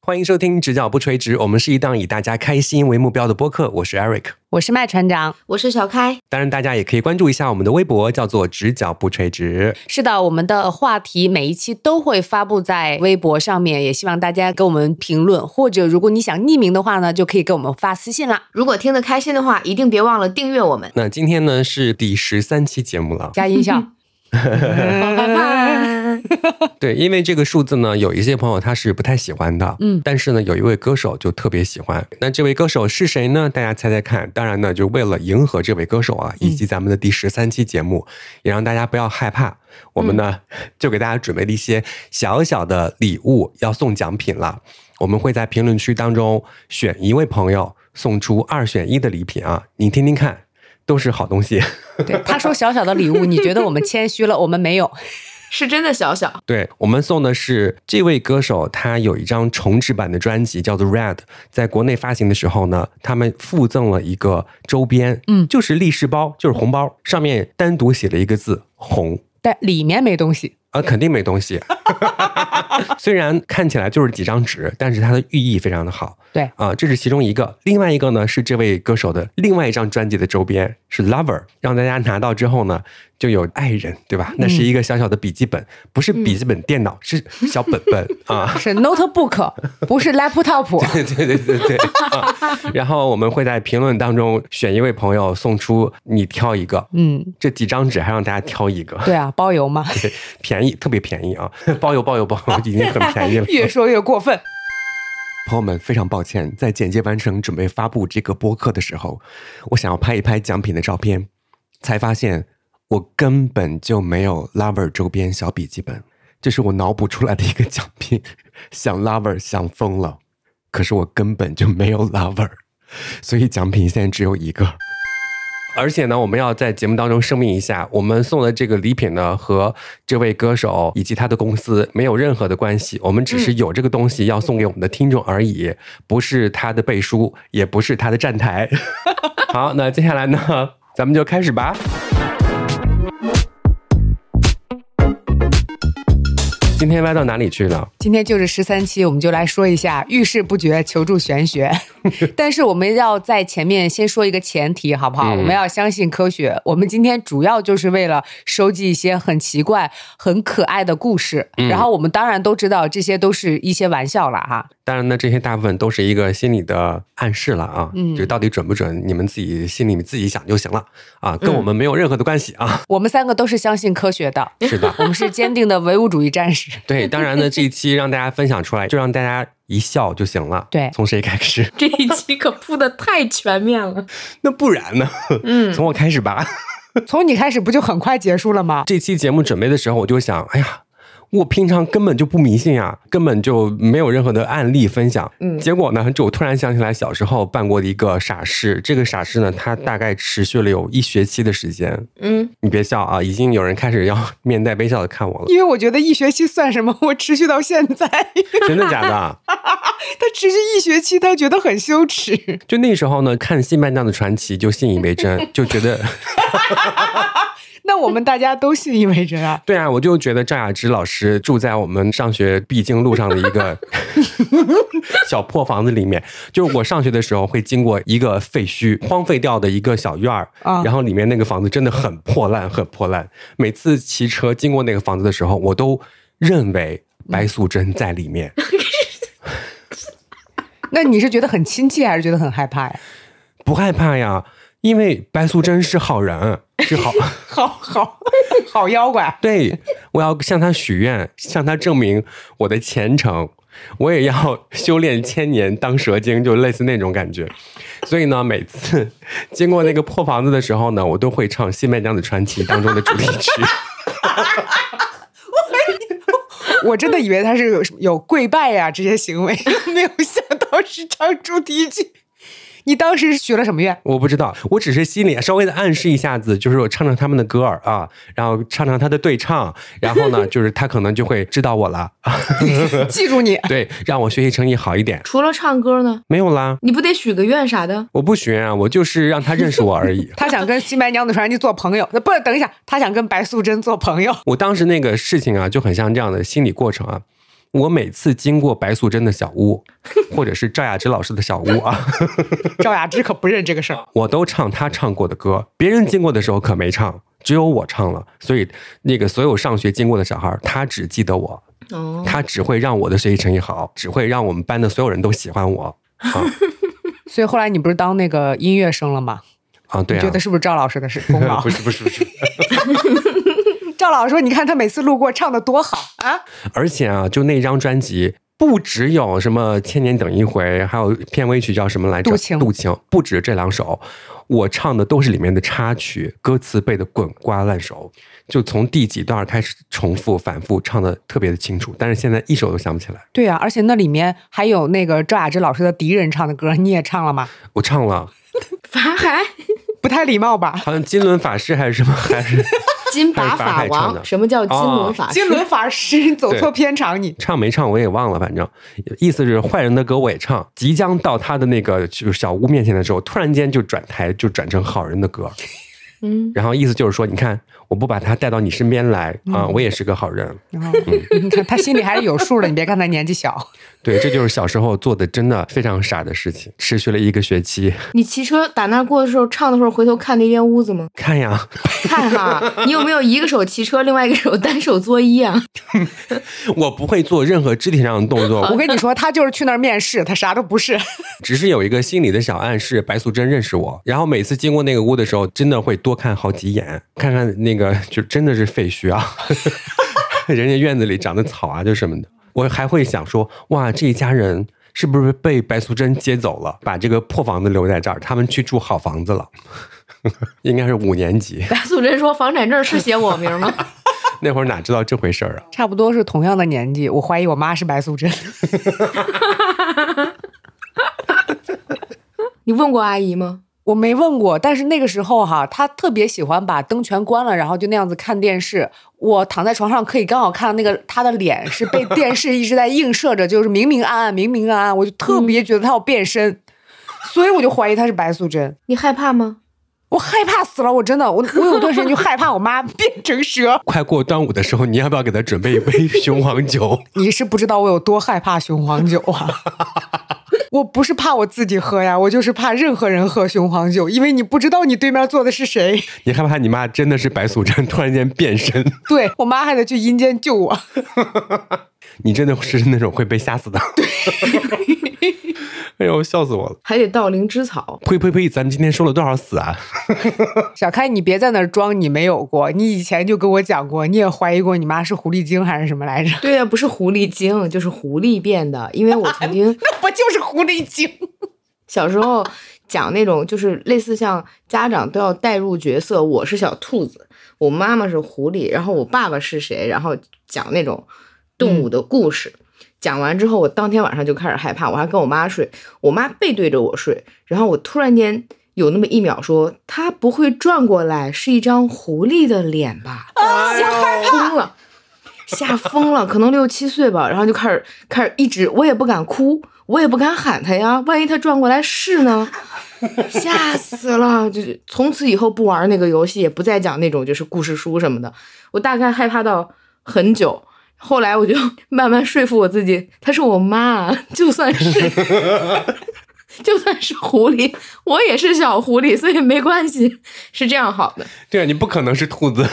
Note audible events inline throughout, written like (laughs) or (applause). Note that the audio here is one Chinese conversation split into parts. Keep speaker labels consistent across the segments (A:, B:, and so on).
A: 欢迎收听《直角不垂直》，我们是一档以大家开心为目标的播客。我是 Eric，
B: 我是麦船长。
C: 我是小开，
A: 当然大家也可以关注一下我们的微博，叫做“直角不垂直
B: 是的，我们的话题每一期都会发布在微博上面，也希望大家给我们评论，或者如果你想匿名的话呢，就可以给我们发私信
C: (laughs)
B: 啦。
C: 如果听得开心的话，一定别忘了订阅我们”。。
A: 那今天呢是第十三期节目了，
B: 加音 (laughs) 效， (laughs)
A: (laughs) 对，因为这个数字呢，有一些朋友他是不太喜欢的，
B: 嗯
A: 但是呢，有一位歌手就特别喜欢。那这位歌手是谁呢？大家猜猜看。当然呢，就为了迎合这位歌手啊，以及咱们的第十三期节目，也让大家不要害怕。我们呢，就给大家准备了一些小小的礼物，要送奖品了。我们会在评论区当中选一位朋友，送出二选一的礼品啊，你听听看，都是好东西。
B: 对，他说小小的礼物，你觉得我们谦虚了？我们没有，
C: 是真的小小，
A: 对我们送的是这位歌手，他有一张重制版的专辑叫做《Red》，在国内发行的时候呢，他们附赠了一个周边，
B: 嗯
A: 就是立式包，就是红包，上面单独写了一个字“红
B: 但里面没东西。”，
A: 啊，肯定没东
B: (laughs)
A: 西。 (laughs) 虽然看起来就是几张纸，但是它的寓意非常的好。
B: 对
A: 啊，这是其中一个，另外一个呢是这位歌手的另外一张专辑的周边是 Lover，让大家拿到之后呢就有爱人，对吧？
B: 嗯
A: 那是一个小小的笔记本，不是笔记本电脑，是小本
B: (laughs)
A: 本啊。
B: 是 notebook，不是 laptop。 (laughs)
A: 对对对对对、啊然后我们会在评论当中选一位朋友送出，你挑一个，
B: 嗯，
A: 这几张纸还让大家挑一个，
B: 对啊，包邮嘛，。
A: 对， (laughs) 便宜，特别便宜啊，包邮包邮包邮，已经很便宜了
B: (laughs) 越说越过分。
A: 朋友们，非常抱歉，在剪接完成准备发布这个播客的时候，我想要拍一拍奖品的照片，才发现我根本就没有 Lover 周边小笔记本，这是我脑补出来的一个奖品。想 Lover 想疯了，可是我根本就没有 Lover，所以奖品现在只有一个。而且呢，我们要在节目当中声明一下，我们送的这个礼品呢，和这位歌手以及他的公司没有任何的关系，我们只是有这个东西要送给我们的听众而已，不是他的背书，也不是他的站台。好，那接下来呢，咱们就开始吧。今天歪到哪里去了？
B: 今天就是十三期，我们就来说一下遇事不决，求助玄 (laughs) 学。但是我们要在前面先说一个前提，好不好？
A: 嗯
B: 我们要相信科学。我们今天主要就是为了收集一些很奇怪、很可爱的故事。然后我们当然都知道，这些都是一些玩笑了哈。
A: 当然呢，这些大部分都是一个心理的暗示了啊，
B: 嗯
A: 就到底准不准，你们自己心里自己想就行了啊，跟我们没有任何的关系
B: (laughs)
A: 啊。
B: 我们三个都是相信科学的，
A: 是的，
B: 我们是坚定的唯物主义战 (laughs) 士。
A: 对，当然呢，这一期让大家分享出来，就让大家一笑就行了。
B: 对
A: 从谁开始？ (laughs)
C: 这一期可铺的太全面了。
A: 那不然呢？
C: 嗯，
A: 从我开始吧。
B: 从你开始不就很快结束了吗？
A: 这期节目准备的时候，我就想，哎呀。我平常根本就不迷信啊，根本就没有任何的案例分享。
C: 嗯
A: 结果呢，就我突然想起来小时候办过的一个傻事。这个傻事呢，它大概持续了有一学期的时间。
C: 嗯，
A: 你别笑啊，已经有人开始要 (laughs) 面带微笑的看我了。
B: 因为我觉得一学期算什么，我持续到现在， (laughs) 他
A: 真的假啊的？
B: 持续一学期，他觉得很羞耻。
A: (laughs) 就那时候呢，看《新白娘子传奇》就信以为真，就觉得。 (laughs)
B: (laughs) 那我们大家都信以为真 (laughs) 啊。
A: 对啊，我就觉得赵雅芝老师住在我们上学必经路上的一个 (laughs) 小破房子里面。就是我上学的时候会经过一个废墟、荒废掉的一个小院儿，
B: 啊
A: 然后里面那个房子真的很破烂，很破烂。每次骑车经过那个房子的时候，我都认为白素贞在里面。
B: 那你是觉得很亲切，还是觉得很害怕呀？
A: 不害怕呀，因为白素贞是好人，是好。，
B: 好 (laughs) 好好妖怪
A: 对，我要向他许愿，向他证明我的虔诚，我也要修炼千年当蛇精，就类似那种感觉。所以呢，每次经过那个破房子的时候呢，我都会唱《新白娘子传奇》当中的主题曲。
B: 我真的以为他是有有跪拜呀、这些行为， (laughs) 没有想到是唱主题曲。你当时许了什么愿？
A: 我不知道，我只是心里稍微的暗示一下子，就是我唱唱他们的歌儿啊，然后唱唱他的对唱，然后呢，就是他可能就会知道我了， (laughs)
B: 记住你，
A: 对，让我学习成绩好一点。
C: 除了唱歌呢，
A: 没有啦，
C: 你不得许个愿啥的？
A: 我不许愿啊，我就是让他认识我而已。 (laughs)
B: 他想跟新白娘子传奇做朋友，不，等一下，他想跟白素贞做朋友。 (laughs)
A: 我当时那个事情啊，就很像这样的心理过程啊。我每次经过白素贞的小屋，或者是赵雅芝老师的小屋啊， (laughs)
B: 赵雅芝可不认这个事儿。
A: 我都唱她唱过的歌，别人经过的时候可没唱，只有我唱了。所以那个所有上学经过的小孩儿，他只记得我，
C: (laughs) 哦，
A: 他只会让我的学习成绩好，只会让我们班的所有人都喜欢我。啊
B: 所以后来你不是当那个音乐生了吗？
A: 啊，对
B: 你觉
A: 啊
B: 得，是不是赵老师的是功 (laughs)
A: (laughs)
B: 劳
A: 不？是不是不是，
B: 赵老师说：“你看他每次路过唱的多好啊
A: 而且啊，就那张专辑。不只有什么《千年等一回》，还有片尾曲叫什么来着？
B: 渡情
A: 渡情。不止这两首，我唱的都是里面的插曲，歌词背的滚瓜烂熟，就从第几段开始重复反复唱的特别的清楚，但是现在一首都想不起来。！”
B: 对呀、而且那里面还有那个赵雅芝老师的敌人唱的歌，你也唱了吗？
A: 我唱了，
C: 法海、
B: 不太礼貌吧？
A: 好像金轮法师还是什么，还是
C: 金拔
A: 还是法
C: 法
A: 海唱
C: 王，
A: 的
C: 什么叫金
A: 哦
C: 轮法师？
B: 金轮法师走
A: 对
B: 错片场你，哦
A: 唱没唱我也忘了，反正意思是坏人的歌我也唱。即将到他的那个就是小屋面前的时候，突然间就转台，就转成好人的歌。
C: 嗯，
A: 然后意思就是说，你看我不把他带到你身边来啊、我也是个好人。
B: 哦你看他心里还是有数的。你别看他年纪小，
A: 对，这就是小时候做的真的非常傻的事情，持续了一个学期。
C: 你骑车打那过的时候，唱的时候回头看那间屋子吗？
A: 看呀，
C: 看哈，你有没有一个手骑车，另外一个手单手作揖啊？
A: 我不会做任何肢体上的动作，
B: 我
A: 我
B: 跟你说，他就是去那儿面试，他啥都不是。 (laughs)
A: 只是有一个心理的小暗示，白素贞认识我。然后每次经过那个屋的时候，真的会多看好几眼，看看那个就真的是废墟啊， (laughs) 人家院子里长的草啊，就什么的。我还会想说，哇，这一家人是不是被白素贞接走了，把这个破房子留在这儿，他们去住好房子了？ (laughs) 应该是五年级
C: 白素贞说：“房产证是写我名吗 (laughs)
A: 那会儿，哪知道这回事儿啊？
B: 差不多是同样的年纪，我怀疑我妈是白素贞。？”
C: 你问过阿姨吗？
B: 我没问过，但是那个时候哈，他特别喜欢把灯全关了，然后就那样子看电视。我躺在床上可以刚好看到那个他的脸是被电视一直在映射着，就是明明暗暗，明明暗暗，我就特别觉得他要变身，所以我就怀疑他是白素贞。
C: 你害怕吗？
B: 我害怕死了，我真的，我我有段时间就害怕我妈 (laughs) 变成蛇。
A: 快过端午的时候，你要不要给他准备一杯雄黄酒？ (laughs)
B: 你是不知道我有多害怕雄黄酒啊！ (laughs) 我不是怕我自己喝呀，我就是怕任何人喝雄黄酒，因为你不知道你对面坐的是谁。
A: 你害不怕你妈真的是白素贞突然间变身？
B: 对我妈还得去阴间救我。
A: 你真的是那种会被吓死的。 (laughs) 哎呦，笑死我了！
C: 还得盗灵芝草。
A: 呸呸呸！咱们今天说了多少死啊？
B: 小开，你别在那儿装你没有过，你以前就跟我讲过，你也怀疑过你妈是狐狸精还是什么来着？ (laughs)
C: 对啊呀、不是狐狸精，就是狐狸变的。因为我曾经
B: 那不就是狐狸精？
C: 小时候讲那种，就是类似像家长都要带入角色，我是小兔子，我妈妈是狐狸，然后我爸爸是谁，然后讲那种动物的故事。讲完之后，我当天晚上就开始害怕，我还跟我妈睡，我妈背对着我睡，然后我突然间有那么一秒说，她不会转过来是一张狐狸的脸吧？吓疯了，吓疯了，可能六七岁吧，然后就开始开始一直，我也不敢哭，我也不敢喊他呀，万一他转过来是呢？吓死了！就是从此以后不玩那个游戏，也不再讲那种就是故事书什么的。我大概害怕到很久，后来我就 (laughs) 慢慢说服我自己，她是我妈，就算是就算是狐狸，我也是小狐狸，所以没关系，是这样好的。
A: 对啊，你不可能是兔子。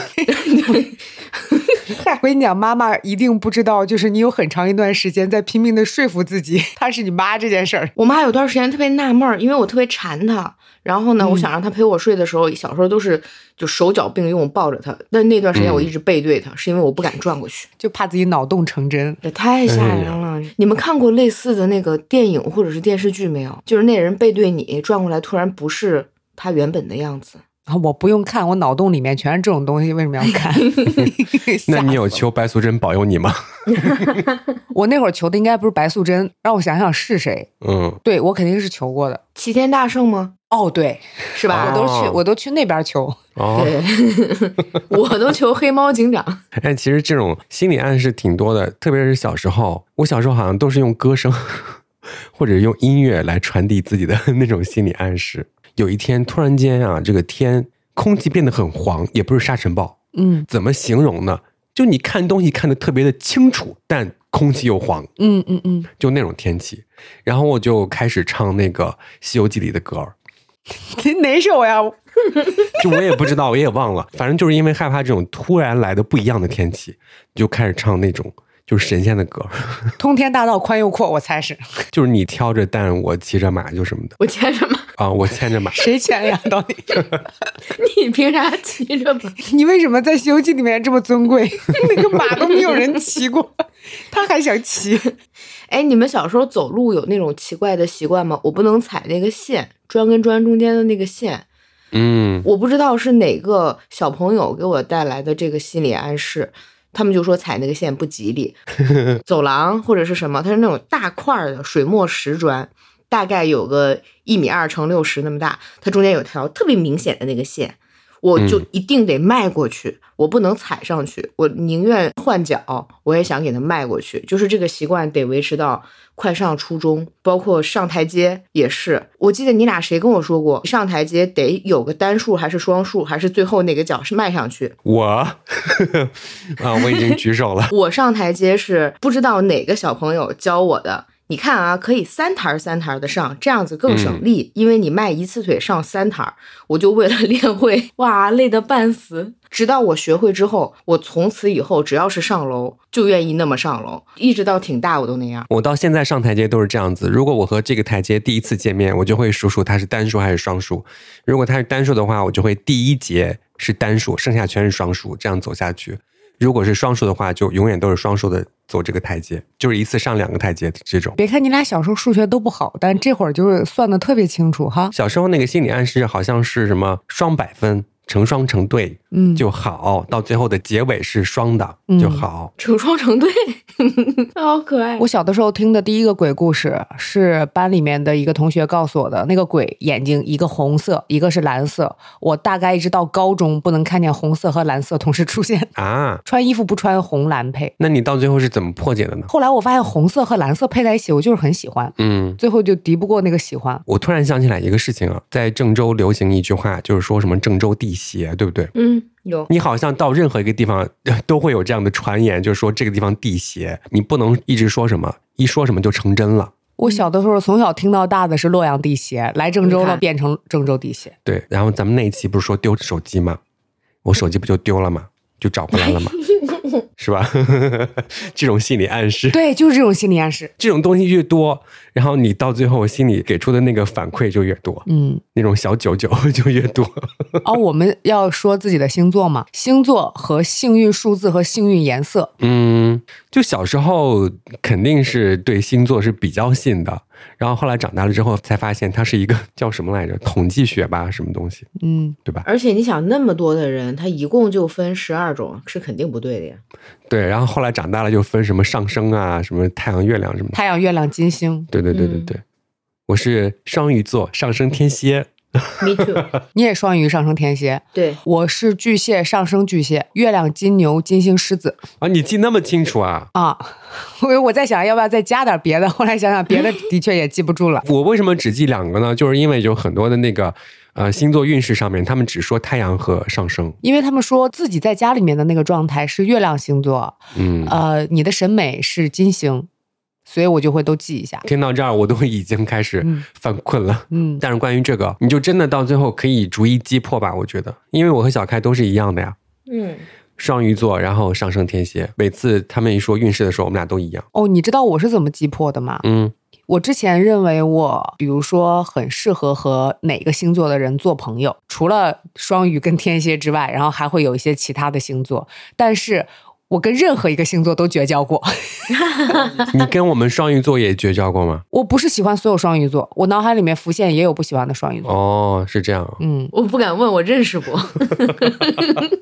B: 我跟你讲，妈妈一定不知道，就是你有很长一段时间在拼命的说服自己 (laughs) 她是你妈这件事儿。
C: 我妈有段时间特别纳闷儿，因为我特别馋她，然后呢，我想让她陪我睡的时候，小时候都是就手脚并用抱着她，但那段时间我一直背对她，是因为我不敢转过去，
B: 就怕自己脑洞成真。
C: 这太吓人了。你们看过类似的那个电影或者是电视剧没有？就是那人背对你转过来，突然不是他原本的样子。
B: 啊，我不用看，我脑洞里面全是这种东西，为什么要
A: (laughs)
B: 看？(laughs)
A: 那
B: 吓
A: 你有
B: 死
A: 求白素贞保佑你吗？
B: 我我那会儿求的应该不是白素贞，让我想想是谁。
A: 嗯，
B: 对我肯定是求过的。
C: 齐天大圣吗？
B: 哦，对，
C: 是吧？
B: 我都去，
A: 哦
B: 我都去那边求。
A: 哦，
C: 对， (laughs) 我都求黑猫警长。
A: 哎，其实这种心理暗示挺多的，特别是小时候，我小时候好像都是用歌声 (laughs) 或者用音乐来传递自己的那种心理暗示。有一天突然间啊，这个天空气变得很黄，也不是沙尘暴，
B: 嗯，
A: 怎么形容呢？就你看东西看得特别的清楚，但空气又黄，
B: 嗯嗯嗯， (laughs)
A: 就那种天气。然后我就开始唱那个《西游记》里的歌儿，
B: 哪首呀？
A: 就我也不知道，我也忘了， (laughs) 反正就是因为害怕这种突然来的不一样的天气，就开始唱那种就是神仙的歌儿， (laughs)
B: 通天大道宽又阔，我猜是
A: 就是你挑着担，我骑着马就什么的
C: 我牵着马，
A: 啊，我牵着马。
B: 谁签呀？到底 (laughs)
C: 你凭啥骑 (laughs) 着马？
B: 你为什么在《西游记》里面这么尊贵？ (laughs) 那个马都没有人骑过， (laughs) 他还想骑？
C: 哎，你们小时候走路有那种奇怪的习惯吗？我不能踩那个线，砖跟砖中间的那个线，
A: 嗯，
C: 我不知道是哪个小朋友给我带来的这个心理暗示，他们就说踩那个线不吉利。走廊或者是什么，它是那种大块儿的水墨石砖，大概有个一米二乘六十那么大，它中间有条特别明显的那个线，我就一定得迈过去，我不能踩上去，我宁愿换脚，我也想给它迈过去。就是这个习惯得维持到快上初中，包括上台阶也是。我记得你俩谁跟我说过，上台阶得有个单数还是双数，还是最后哪个脚是迈上去？
A: 我 (laughs) 啊，我已经举手了。
C: 我上台阶是不知道哪个小朋友教我的。你看啊，可以三台儿三台儿的上，这样子更省力，因为你迈一次腿上三台儿。我就为了练会， (laughs) 哇，累得半死。直到我学会之后，我从此以后只要是上楼就愿意那么上楼，一直到挺大我都那样。
A: 我到现在上台阶都是这样子。如果我和这个台阶第一次见面，我就会数数它是单数还是双数。如果它是单数的话，我就会第一节是单数，剩下全是双数，这样走下去。如果是双数的话，就永远都是双数的走这个台阶，就是一次上两个台阶这种。
B: 别看你俩小时候数学都不好，但这会儿就是算的特别清楚哈。
A: 小时候那个心理暗示好像是什么双百分成双成对
B: 嗯，
A: 就好，到最后的结尾是双的
B: 嗯
A: 就好。
C: 成双成 (laughs) 对，好可爱。
B: 我小的时候听的第一个鬼故事是班里面的一个同学告诉我的，那个鬼眼睛一个红色，一个是蓝色。我大概一直到高中不能看见红色和蓝色同时出现，
A: 啊，
B: 穿衣服不穿红蓝配。
A: 那你到最后是怎么破解的呢？
B: 后来我发现红色和蓝色配在一起，我就是很喜欢，
A: 嗯，
B: 最后就敌不过那个喜欢。
A: 我突然想起来一个事情啊，在郑州流行一句话，就是说什么郑州地邪，对不对？
C: 嗯，有
A: 你好像到任何一个地方 (laughs) 都会有这样的传言，就是说这个地方地邪，你不能一直说什么，一说什么就成真了。
B: 我小的时候从小听到大的是洛阳地邪，来郑州
C: 你
B: 了
C: 看
B: 变成郑州地邪。
A: 对，然后咱们那一期不是说丢手机吗？我手机不就丢了吗？就找回来了吗？ (laughs) 是吧？ (laughs) 这种心理暗示，
B: 对，就是这种心理暗示。
A: 这种东西越多，然后你到最后心里给出的那个反馈就越多，
B: 嗯，
A: 那种小九 (laughs) 九就越多。
B: (laughs) 哦，我们要说自己的星座嘛，星座和幸运数字和幸运颜色，
A: 嗯，就小时候肯定是对星座是比较信的，然后后来长大了之后才发现它是一个叫什么来着，统计学吧，什么东西，
B: 嗯，
A: 对吧？
C: 而且你想那么多的人，他一共就分十二种，是肯定不对的呀。
A: 对，然后后来长大了就分什么上升啊，什么太阳、月亮什么的。
B: 太阳、月亮、金星，
A: 对对对对
C: 嗯
A: 对，我是双鱼座，上升天蝎。
C: Me too， (laughs)
B: 你也双鱼上升天蝎，
C: 对，
B: 我是巨蟹上升巨蟹，月亮金牛，金星狮子 (laughs)
A: 啊，你记那么清楚啊？
B: 啊。我我在想要不要再加点别的，后 (laughs) 来想想别的的确也记不住了。 (laughs)
A: 我为什么只记两个呢？就是因为有很多的那个呃星座运势上面，他们只说太阳和上升。
B: 因为他们说自己在家里面的那个状态是月亮星座，
A: 嗯，
B: 呃，你的审美是金星，所以我就会都记一下。
A: 听到这儿我都已经开始
B: 嗯
A: 犯困了。
B: 嗯，
A: 但是关于这个，你就真的到最后可以逐一击破吧？我觉得，因为我和小开都是一样的呀，
C: 嗯，
A: 双鱼座，然后上升天蝎。每次他们一说运势的时候，我们俩都一样。
B: 哦，你知道我是怎么击破的吗？ (laughs)
A: 嗯
B: 我之前认为我，比如说很适合和哪个星座的人做朋友，除了双鱼跟天蝎之外，然后还会有一些其他的星座，但是我跟任何一个星座都绝交过。 (laughs)
A: 你跟我们双鱼座也绝交过吗？
B: 我不是喜欢所有双鱼座，我脑海里面浮现也有不喜欢的双鱼座。
A: 哦，是这样。
B: 嗯，
C: 我不敢问，我认识不？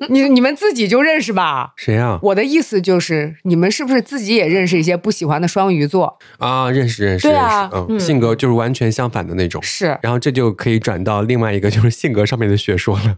B: 你你们自己就认识吧。
A: 谁啊呀、
B: 我的意思就是，你们是不是自己也认识一些不喜欢的双鱼座？
A: 啊？认识认识
B: 对
A: 认识，
B: 啊
A: 嗯，
C: 嗯
A: 性格就是完全相反的那种。
B: 是，
A: 然后这就可以转到另外一个，就是性格上面的学说了。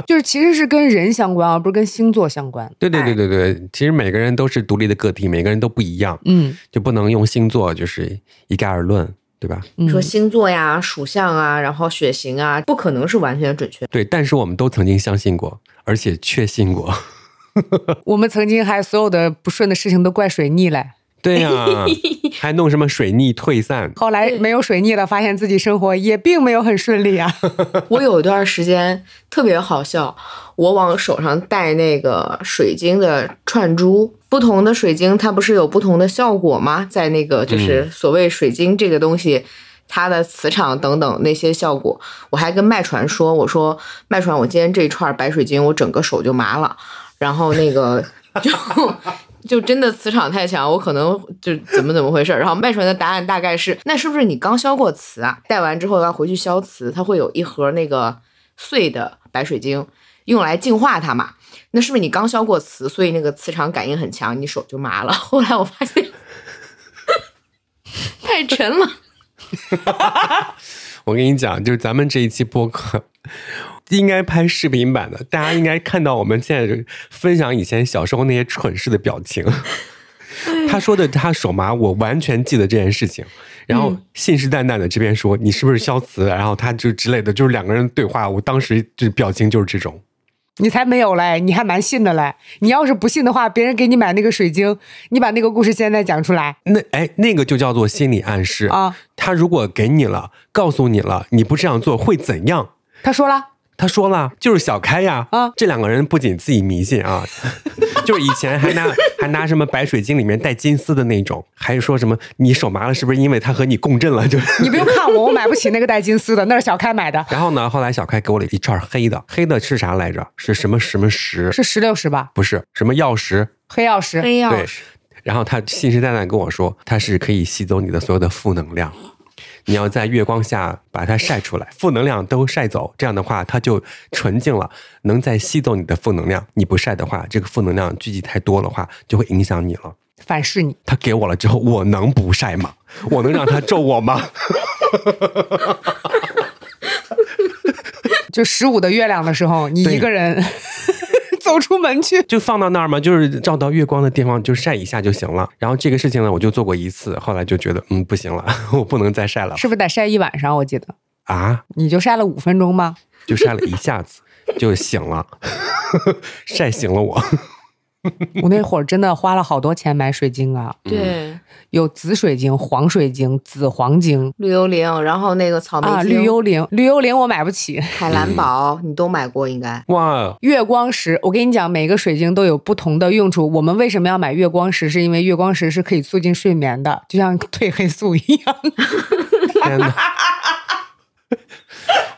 A: (laughs)
B: 就是其实是跟人相关，而不是跟星座相关。
A: 对对对对
B: 哎
A: 对，其实每个人都是独立的个体，每个人都不一样，
B: 嗯，
A: 就不能用星座就是一概而论，对吧？
B: 嗯
C: 说星座呀、属相啊，然后血型啊，不可能是完全准确。
A: 对，但是我们都曾经相信过，而且确信过。
B: 我们曾经还所有的不顺的事情都怪水逆嘞。
A: 对呀、还弄什么水逆退散，
B: 后来没有水逆了，发现自己生活也并没有很顺利啊。
C: (laughs)
B: (laughs)
C: 我有一段时间特别好笑，我往手上戴那个水晶的串珠，不同的水晶它不是有不同的效果吗？在那个就是所谓水晶这个东西。它的磁场等等那些效果，我还跟麦传说，我说麦传，我今天这一串白水晶，我整个手就麻了，然后那个 (laughs) 就就真的磁场太强，我可能就怎么怎么回事儿。然后麦传的答案大概是，那是不是你刚消过磁啊？戴完之后要回去消磁，它会有一盒那个碎的白水晶，用来净化它嘛。那是不是你刚消过磁，所以那个磁场感应很强，你手就麻了？ (laughs) 后来我发现太沉了。
A: 我跟你讲，就是咱们这一期播客应该拍视频版的，大家应该看到我们现在分享以前小时候那些蠢事的表情。他说的他手麻，我完全记得这件事情。然后信誓旦旦的这边说你是不是消磁，然后他就之类的，就是两个人对话，我当时就表情就是这种。
B: 你才没有嘞，你还蛮信的嘞。你要是不信的话，别人给你买那个水晶，你把那个故事现在讲出来
A: 那哎，那个就叫做心理暗示。
B: 啊。
A: 他如果给你了，告诉你了，你不这样做会怎样？
B: 他说了， (laughs)
A: 他说了，就是小开呀，
B: 啊
A: 这两个人不仅自己迷信啊， (laughs) 就是以前还拿还拿什么白水晶里面带金丝的那种，还说什么你手麻了是不是因为他和你共振了？ (laughs) 就是，
B: 你不用看我，我买不起那个带金丝的，那是小开买 (laughs) 的，
A: 然后呢，后来小开给我了一串黑的，黑的是啥来着？是什么什么石？
B: 是石榴石吧？
A: 不是什么药石？
B: 黑曜石。
C: 非要
A: 对，嗯然后他信誓旦旦跟我说，它是可以吸走你的所有的负能量，你要在月光下把它晒出来，负能量都晒走，这样的话它就纯净了，能再吸走你的负能量。你不晒的话，这个负能量聚集太多的话，就会影响你了。
B: 反噬你，
A: 他给我了之后，我能不晒吗？我能让他咒我吗？ (laughs)
B: 就十五的月亮的时候，你
A: 对
B: 一个人 (laughs) 走出门 (laughs) 去，
A: 就放到那儿嘛，就是照到月光的地方就晒一下就行了。然后这个事情呢，我就做过一次，后来就觉得嗯不行了， (laughs) 我不能再晒了
B: 是不是得晒一晚上？我记得
A: 啊。
B: 你就晒了五分钟
C: (laughs)
B: 吗？
A: 就晒了一下子就醒了， (laughs) 晒醒了我。
B: 我那会儿真的花了好多钱买水晶啊，
C: 对，
B: 有紫水晶、黄水晶、紫黄晶
C: 绿幽灵，然后那个草莓
B: 啊，
C: 晶
B: 绿幽灵，绿幽灵我买不起。
C: 海蓝宝，你都买过应该？
A: 哇，
B: 月光石，我跟你讲，每个水晶都有不同的用处。我们为什么要买月光石？是因为月光石是可以促进睡眠的，就像 (laughs) 褪黑素一样。
A: 天哪！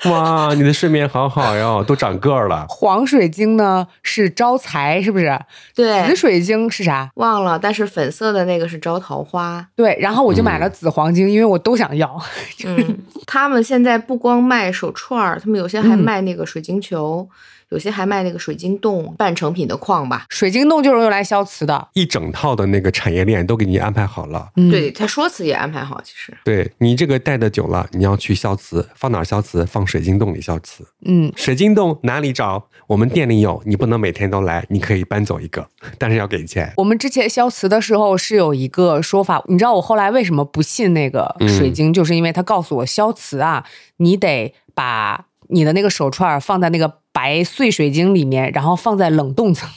A: 哇，你的睡眠好好哟，都长个儿了。
B: 黄水晶呢是招财，是不是？紫
C: 对，
B: 水晶是啥？
C: 忘了，但是粉色的那个是招桃花。
B: 对，然后我就买了紫黄晶，因为我都想要。
C: 嗯， (laughs) 他们现在不光卖手串儿，他们有些还
B: 嗯
C: 卖那个水晶球，有些还卖那个水晶洞半成品的矿吧。
B: 水晶洞就是用来消磁的。
A: 一整套的那个产业链都给你安排好了。
B: 嗯，
C: 对，他说辞也安排好，其实
A: 对你这个戴的久了，你要去消磁，放哪儿消磁？放水晶洞里消磁。
B: 嗯，
A: 水晶洞哪里找？我们店里有，你不能每天都来，你可以搬走一个，但是要给钱。
B: 我们之前消磁的时候是有一个说法，你知道我后来为什么不信那个水晶，就是因为他告诉我消磁啊，你得把你的那个手串儿放在那个白碎水晶里面，然后放在冷冻层， (laughs)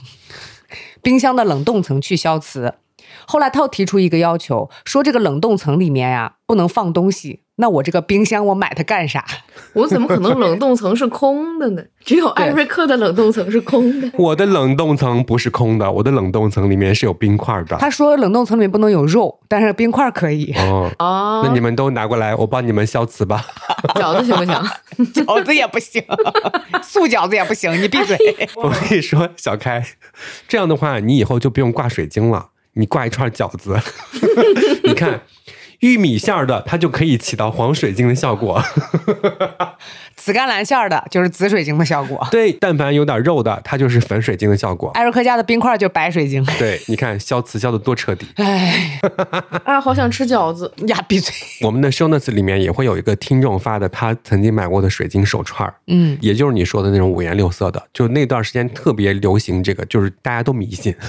B: 冰箱的冷冻层去消磁。后来他又提出一个要求，说这个冷冻层里面呀、不能放东西。那我这个冰箱我买它干啥？
C: 我怎么可能冷冻层是空的呢？只有艾瑞克的冷冻层是空的。
A: 我的冷冻层不是空的，我的冷冻层里面是有冰块的。，
B: 他说冷冻层里面不能有肉，但是冰块儿可以 (laughs)
A: 哦，
C: 哦
A: 那，你们都拿过来，我帮你们消磁吧。
C: 饺子行不行？
B: 饺子也不行， (laughs) 素饺子也不行，你闭嘴。 (laughs)
A: 我跟你说，小开，这样的话，你以后就不用挂水晶了，你挂一串饺子。 (laughs) 你看，玉米馅儿的，它就可以起到黄水晶的效果。
B: 紫甘蓝馅儿的，就是紫水晶的效 (laughs) 果。
A: 对，但凡有点肉的，它就是粉水晶的效果。
B: 艾瑞克家的冰块就是白水晶。
A: 对，你看消磁消的多彻底。
B: (laughs) 哎
C: 啊，好想吃饺子。
B: 呀，闭嘴！
A: 我们的 show notes 里面也会有一个听众发的他曾经买过的水晶手串儿，
B: 嗯，
A: 也就是你说的那种五颜六色的，就那段时间特别流行这个，就是大家都迷信。 (laughs)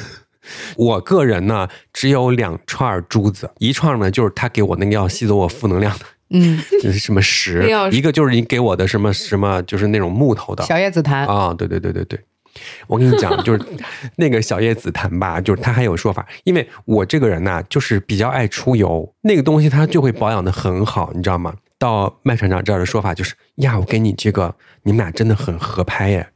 A: 我个人呢，只有两串珠子，一串呢就是他给我那个要吸走我负能量的，
B: 嗯，
A: 就是什么石
C: 那要，是
A: 一个就是你给我的什么什么，就是那种木头的
B: 小叶紫檀，
A: 啊啊，对对对对对。我跟你讲，就是那个小叶紫檀吧，就是他还有说法，因为我这个人呐、就是比较爱出油，那个东西它就会保养的很好，你知道吗？到麦船长这儿的说法就是呀，我跟你这个，你们俩真的很合拍耶。 (laughs)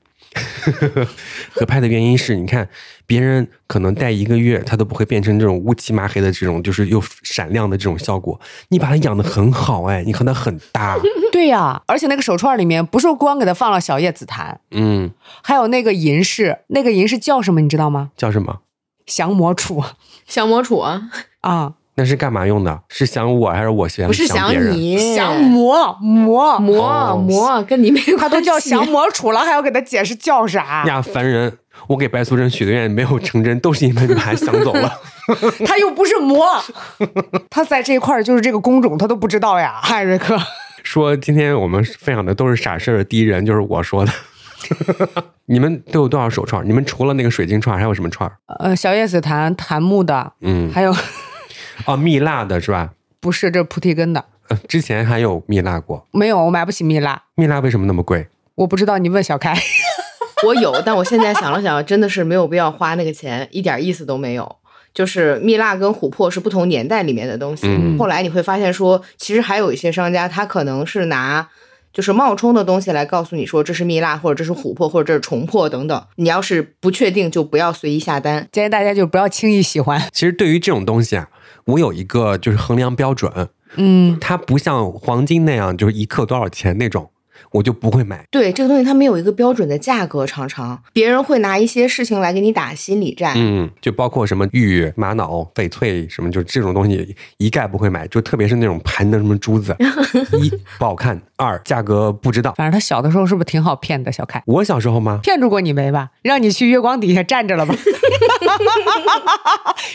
A: 合拍的原因是你看别人可能戴一个月，它都不会变成这种乌漆麻黑的这种，就是又闪亮的这种效果。你把它养的很好，哎，你和它很搭，
B: 对呀、而且那个手串里面不是光给它放了小叶紫檀，
A: 嗯，
B: 还有那个银饰，那个银饰叫什么你知道吗？
A: 叫什么？
B: 降魔杵
D: 降魔杵啊，
B: 啊，
A: 那是干嘛用的？是想我还是我想
C: 不是
A: 想
C: 想
A: 别人？
C: 你，
B: 降魔魔
C: 魔
A: 哦
C: 魔跟你没关系，
B: 它都叫降魔杵了，还要给它解释叫
C: 啊
B: 啥？
A: 呀，凡人，我给白素贞许的愿没有成真，都是因为你把她想走了。 (laughs)
B: 它又不是 (laughs) 魔，它在这一块儿就是这个工种，它都不知道呀，艾瑞克。
A: 说今天我们分享的都是傻事儿的第一人就是我说的。 (laughs) 你们都有多少手串？你们除了那个水晶串，还有什么串？
B: 呃，小叶紫檀檀木的，
A: 嗯，
B: 还有
A: 哦，蜜蜡的是吧？
B: 不是这是菩提根的，
A: 呃，之前还有蜜蜡过，
B: 没有，我买不起蜜蜡，
A: 蜜蜡为什么那么贵？
B: 我不知道，你问小开。 (laughs)
C: 我有，但我现在想了想，真的是没有必要花那个钱，一点意思都没有。就是蜜蜡跟琥珀是不同年代里面的东西。
A: 嗯
C: 后来你会发现说，其实还有一些商家，他可能是拿就是冒充的东西来告诉你说这是蜜蜡，或者这是琥珀，或者这是重珀等等。你要是不确定，就不要随意下单。
B: 建议大家就不要轻易喜欢。
A: 其实对于这种东西啊，我有一个就是衡量标准，
B: 嗯，
A: 它不像黄金那样就是一克多少钱那种，我就不会买。
C: 对这个东西，它没有一个标准的价格，常常别人会拿一些事情来给你打心理战。
A: 嗯，就包括什么玉、玛瑙、翡翠什么，就这种东西一概不会买，就特别是那种盘的什么珠子，一不好看，二价格不知道。
B: 反正他小的时候是不是挺好骗的？小开
A: 我小时候吗？
B: 骗住过你没吧？让你去月光底下站着了
A: (laughs)
B: 吧？ (laughs)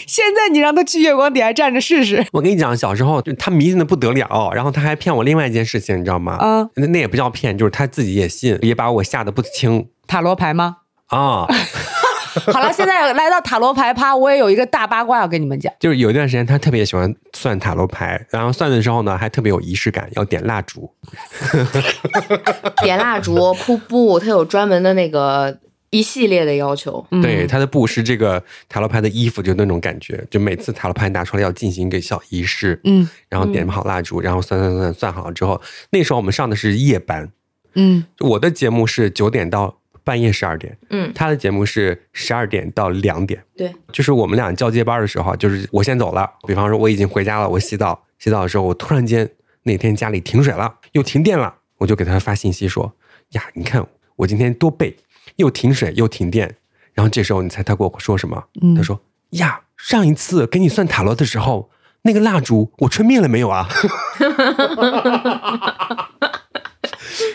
B: 现在你让他去月光底下站着试试。
A: 我跟你讲，小时候就他迷信的不得了，然后他还骗我另外一件事情，你知道吗？
B: 嗯
A: 那那也不叫骗，就是他自己也信，也把我吓得不轻
B: 塔罗
A: (laughs)
B: 牌吗？
A: 啊。
B: 好了，现在来到塔罗牌趴，我也有一个大八卦要跟你们讲。
A: 就是有一段时间，他特别喜欢算塔罗牌，然后算的时候呢，还特别有仪式感，要点蜡烛。
C: 点蜡
A: (laughs)
C: 烛、瀑布，它有专门的那个一系列的要求。
B: 嗯
A: 对，他的布是这个塔罗牌的衣服，就那种感觉，就每次塔罗牌拿出来要进行一个小仪式，
B: 嗯
A: 然后点好蜡烛，然后算算算算好了之后，那时候我们上的是夜班，
B: 嗯，
A: 我的节目是九点到半夜十二点，
C: 嗯，
A: 他的节目是十二点到两点。
C: 对，
A: 就是我们俩交接班的时候，啊就是我先走了，比方说我已经回家了，我洗澡，洗澡的时候我突然间那天家里停水了，又停电了，我就给他发信息说呀，你看我今天多背，又停水又停电。然后这时候你猜他给我说什么？
B: 嗯
A: 他说呀，上一次给你算塔罗的时候，那个蜡烛我吹灭了没有啊？ (laughs)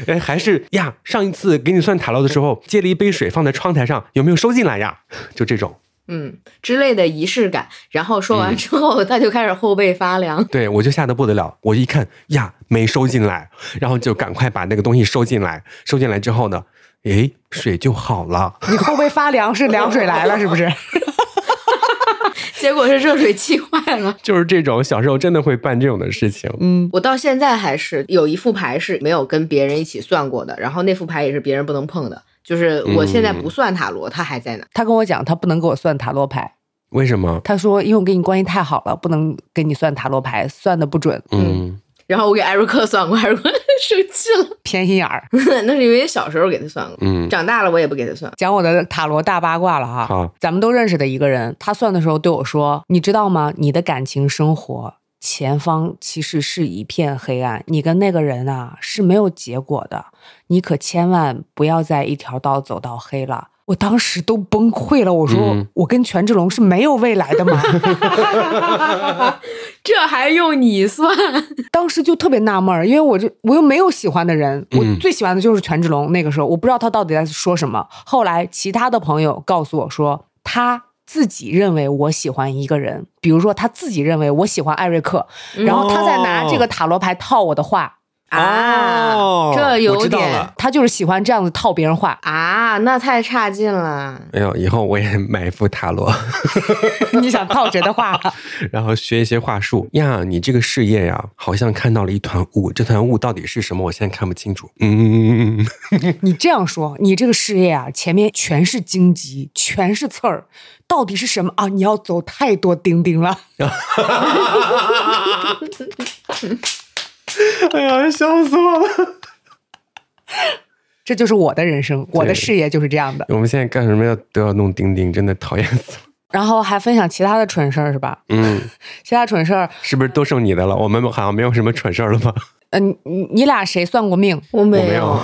A: 哎，还是呀，上一次给你算塔罗的时候，接了一杯水放在窗台上，有没有收进来呀？ (laughs) 就这种。
C: 嗯之类的仪式感，然后说
A: 嗯
C: 完之后， (laughs) 他就开始后背发凉。
A: 对，我就吓得不得了。我一看呀，没收进来，然后就赶快把那个东西收进来。收进来之后呢，诶，水就好了。 (laughs)
B: 你后背发凉是凉水来了是不是？
C: 结果是热水器坏了。
A: 就是这种小时候真的会办这种的事情。
B: 嗯，
C: 我到现在还是有一副牌是没有跟别人一起算过的，然后那副牌也是别人不能碰的。就是我现在
A: 嗯
C: 不算塔罗，它还在那。
B: 他跟我讲他不能给我算塔罗牌，
A: 为什么？
B: 他说因为我跟你关系太好了，不能给你算塔罗牌，算的不准，
A: 嗯，
C: 然后我给艾瑞克算过，艾瑞克 (laughs) 生气了， (laughs)
B: 偏心眼
A: (laughs)
B: 儿。
C: 那是因为小时候给他算过，
A: 嗯
C: 长大了我也不给他算。
B: 讲我的塔罗大八卦了哈。
A: 好
B: 咱们都认识的一个人，他算的时候对我说：“你知道吗？你的感情生活前方其实是一片黑暗，你跟那个人啊是没有结果的，你可千万不要再一条道走到黑了。”我当时都崩溃了，我说、
A: 嗯
B: 我跟权志龙是没有未来的嘛，
C: 这还用你算？
B: 当时就特别纳闷儿，因为我这我又没有喜欢的人，我
A: 嗯
B: 最喜欢的就是权志龙。那个时候我不知道他到底在说什么。后来其他的朋友告诉我说，他自己认为我喜欢一个人，比如说他自己认为我喜欢艾瑞克，然后他在拿这个塔罗牌套我的话。
C: 啊
A: 哦，
C: 这有
A: 我知道
C: 点
A: 了。
B: 他就是喜欢这样子套别人
C: (laughs)
B: 话。
C: 啊，那太差劲了。
A: 哎呦，以后我也买一副塔罗， (laughs)
B: 你想套谁的话？
A: 然后学一些话术呀。你这个事业呀，好像看到了一团雾，这团雾到底是什么？我现在看不清楚。嗯， (laughs) 嗯嗯
B: 你这样说，你这个事业啊，前面全是荆棘，全是刺儿，到底是什么啊？你要走太多钉钉了。
A: 嗯哎呀，笑死我了！
B: 这就是我的人生，我的
A: 对
B: 事业就是这样的。
A: 我们现在干什么要都要弄钉钉，真的讨厌死了。
B: 然后还分享其他的蠢事儿是吧？
A: 嗯，
B: 其他蠢事儿，
A: 是不是都剩你的了？我们好像没有什么蠢事儿了吧？
B: 嗯、你你你俩谁算过命？ (laughs)
C: 我
A: 我
C: 没
A: 没有。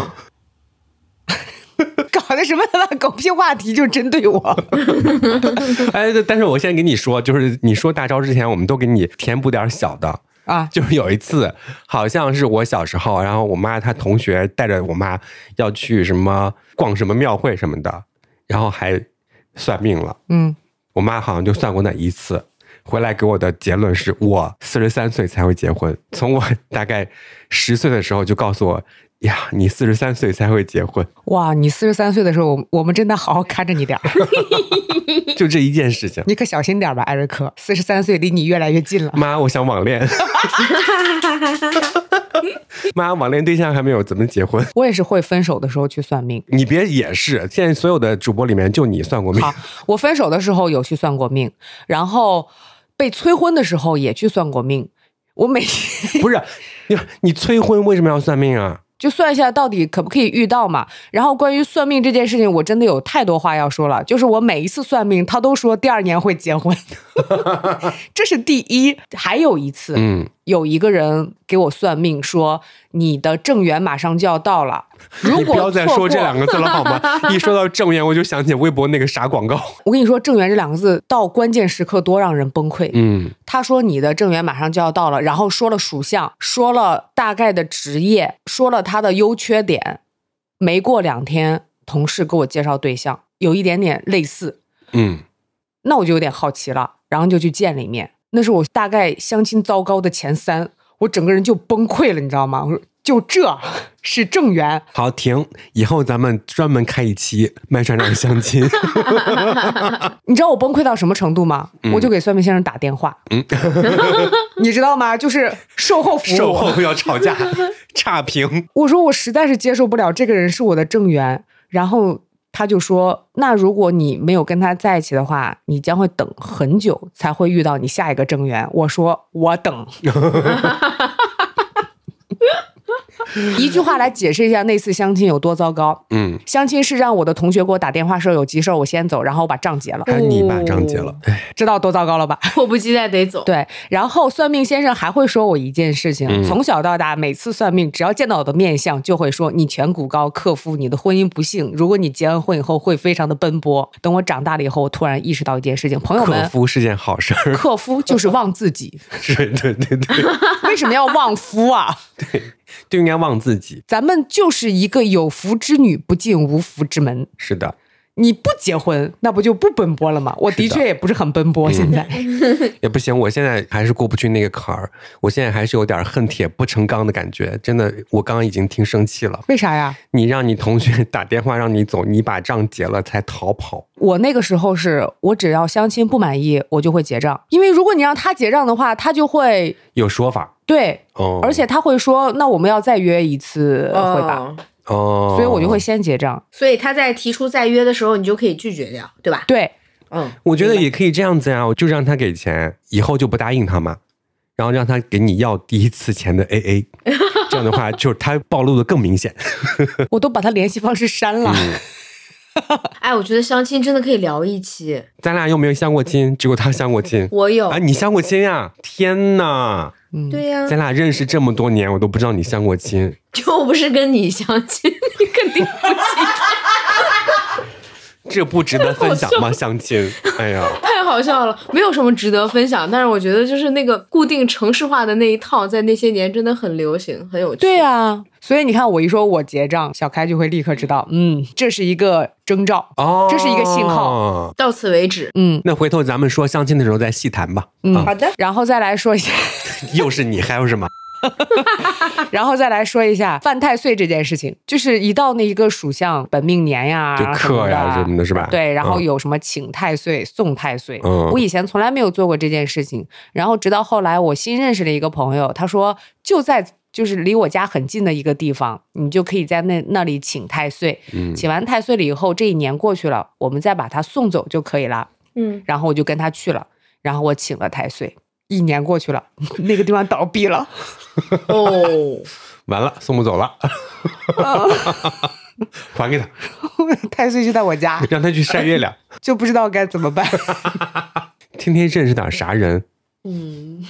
C: (laughs)
B: 搞的什么烂狗屁话题就针对我？
A: 哎，但是我先给你说，就是你说大招之前，我们都给你填补点小的。
B: 啊，
A: 就是有一次，好像是我小时候，然后我妈她同学带着我妈要去什么逛什么庙会什么的，然后还算命了。
B: 嗯，
A: 我妈好像就算过那一次，回来给我的结论是我四十三岁才会结婚。从我大概十岁的时候就告诉我，呀，你四十三岁才会结婚。
B: 哇，你四十三岁的时候，我我们真的好好看着你点儿， (laughs)
A: 就这一件事情，
B: 你可小心点儿吧，艾瑞克。四十三岁离你越来越近了。
A: 妈，我想网恋。 (laughs) 妈，网恋对象还没有，怎么结婚？
B: 我也是会分手的时候去算命。
A: 你别也是，现在所有的主播里面就你算过命。
B: 好，我分手的时候有去算过命，然后被催婚的时候也去算过命。我每天
A: 不是你，你催婚为什么要算命啊？
B: 就算一下到底可不可以遇到嘛。然后关于算命这件事情，我真的有太多话要说了。就是我每一次算命，他都说第二年会结婚， (laughs) 这是第一。还有一次，
A: 嗯，
B: 有一个人给我算命说你的正缘马上就要到了，如
A: 你不要
B: 果
A: 再
B: 错
A: 说
B: 过
A: 这两个字了好吗？一说到正缘，我就想起微博那个傻广告。
B: 我跟你说“正缘”这两个字到关键时刻多让人崩溃。
A: 嗯，
B: 他说你的正缘马上就要到了，然后说了属相，说了大概的职业，说了他的优缺点。没过两天，同事给我介绍对象，有一点点类似，
A: 嗯，
B: 那我就有点好奇了，然后就去见了一面。那是我大概相亲糟糕的前三，我整个人就崩溃了，你知道吗？我说就这是正缘，
A: 好，停，以后咱们专门开一期麦船长相亲。
B: 你知道我崩溃到什么程度吗？
A: 嗯
B: 我就给算命先生打电话， (laughs)
A: (laughs)
B: 你知道吗？就是售后服务，
A: 售后要吵架，差评。
B: 我说我实在是接受不了这个人是我的正缘，然后他就说，那如果你没有跟他在一起的话，你将会等很久才会遇到你下一个正缘。我说我等，一句话来解释一下那次相亲有多糟糕。
A: 嗯，
B: 相亲是让我的同学给我打电话说有急事儿我先走，然后我把账结了，
A: 还你把张结了。哎
B: 知道多糟糕了吧？
C: 迫不及待得走。
B: 对，然后算命先生还会说我一件事情，
A: 嗯
B: 从小到大，每次算命只要见到我的面相，就会说你颧骨高，克夫，你的婚姻不幸。如果你结完婚以后，会非常的奔波。等我长大了以后，我突然意识到一件事情，朋友
A: 克
B: 们，
A: 夫是件好事儿， (laughs)
B: 克夫就是忘自己，
A: 是对对对，
B: 为什么要忘夫啊？ (laughs)
A: 就应该忘自己。
B: 咱们就是一个有福之女不进无福之门。
A: 是的，
B: 你不结婚，那不就不奔波了吗？我的
A: 是的嗯
B: 确也不是很奔波，现在。
A: 也不行，我现在还是过不去那个坎儿，我现在还是有点恨铁不成钢的感觉。真的，我刚刚已经听生气了。
B: 为啥呀？
A: 你让你同学 (laughs) 打电话让你走，你把账结了才逃跑。
B: 我那个时候是我只要相亲不满意，我就会结账，因为如果你让他结账的话，他就会
A: 有说法
B: 对，
A: 哦，
B: 而且他会说，那我们要再约一次会吧，
C: 哦，
A: 哦，
B: 所以我就会，先结账。
C: 所以他在提出再约的时候，你就可以拒绝掉，对吧？
A: (laughs)
B: 对，
C: 嗯，
A: 我觉得也可以这样子呀、我就让他给钱，以后就不答应他嘛，然后让他给你要第一次钱的 A
B: (laughs)
A: A，这样的话就是他暴露的更明显。
B: 我都把他联系方式删了。
A: 嗯
C: 哎，我觉得相亲真的可以聊一期。
A: 咱俩又没有相过亲，只有他相过
B: (laughs)
A: 亲。
C: 我有，
A: 啊，你相过亲呀、天哪，
B: 嗯，
C: 对呀、
A: 咱俩认识这么多年，我都不知道你相过亲。
C: 就不是跟你相亲，你肯 (laughs) 定不记得，
A: 这不值得分享吗？相亲，哎呀，
C: 太好笑了，没有什么值得分享。但是我觉得就是那个固定城市化的那一套，在那些年真的很流行，很有趣。
B: 对呀、所以你看，我一说我结账，小开就会立刻知道，嗯，这是一个征兆。
A: 哦，
B: (laughs) 这是一个信号。
C: 到此为止。
B: 嗯，
A: 那回头咱们说相亲的时候再细谈吧。
B: 嗯
A: 啊
C: 的，
B: 然后再来说一下，
A: 又是你，还有什么？
B: 然后再来说一下犯太岁这件事情，就是一到那一个属相本命年呀、
A: 就克呀
B: 啊什
A: 什
B: 么
A: 么
B: 的。
A: 的，是吧？
B: 对，然后
A: 嗯
B: 有什么请太岁、送太岁，
A: 嗯
B: 我以前从来没有做过这件事情。然后直到后来，我新认识了一个朋友，他说就在就是离我家很近的一个地方，你就可以在那那里请太岁。
A: 嗯
B: 请完太岁了以后，这一年过去了，我们再把他送走就可以了。
C: 嗯，
B: 然后我就跟他去了，然后我请了太岁。一年过去了， (laughs) 那个地方倒闭了。 (laughs)
C: (laughs) 哦，
A: 完了，送不走了，还给他，
B: 太岁就在我家，
A: 让他去晒月亮。
B: 就不知道该怎么办。 (laughs)
A: 天天认识点啥人？
B: 嗯，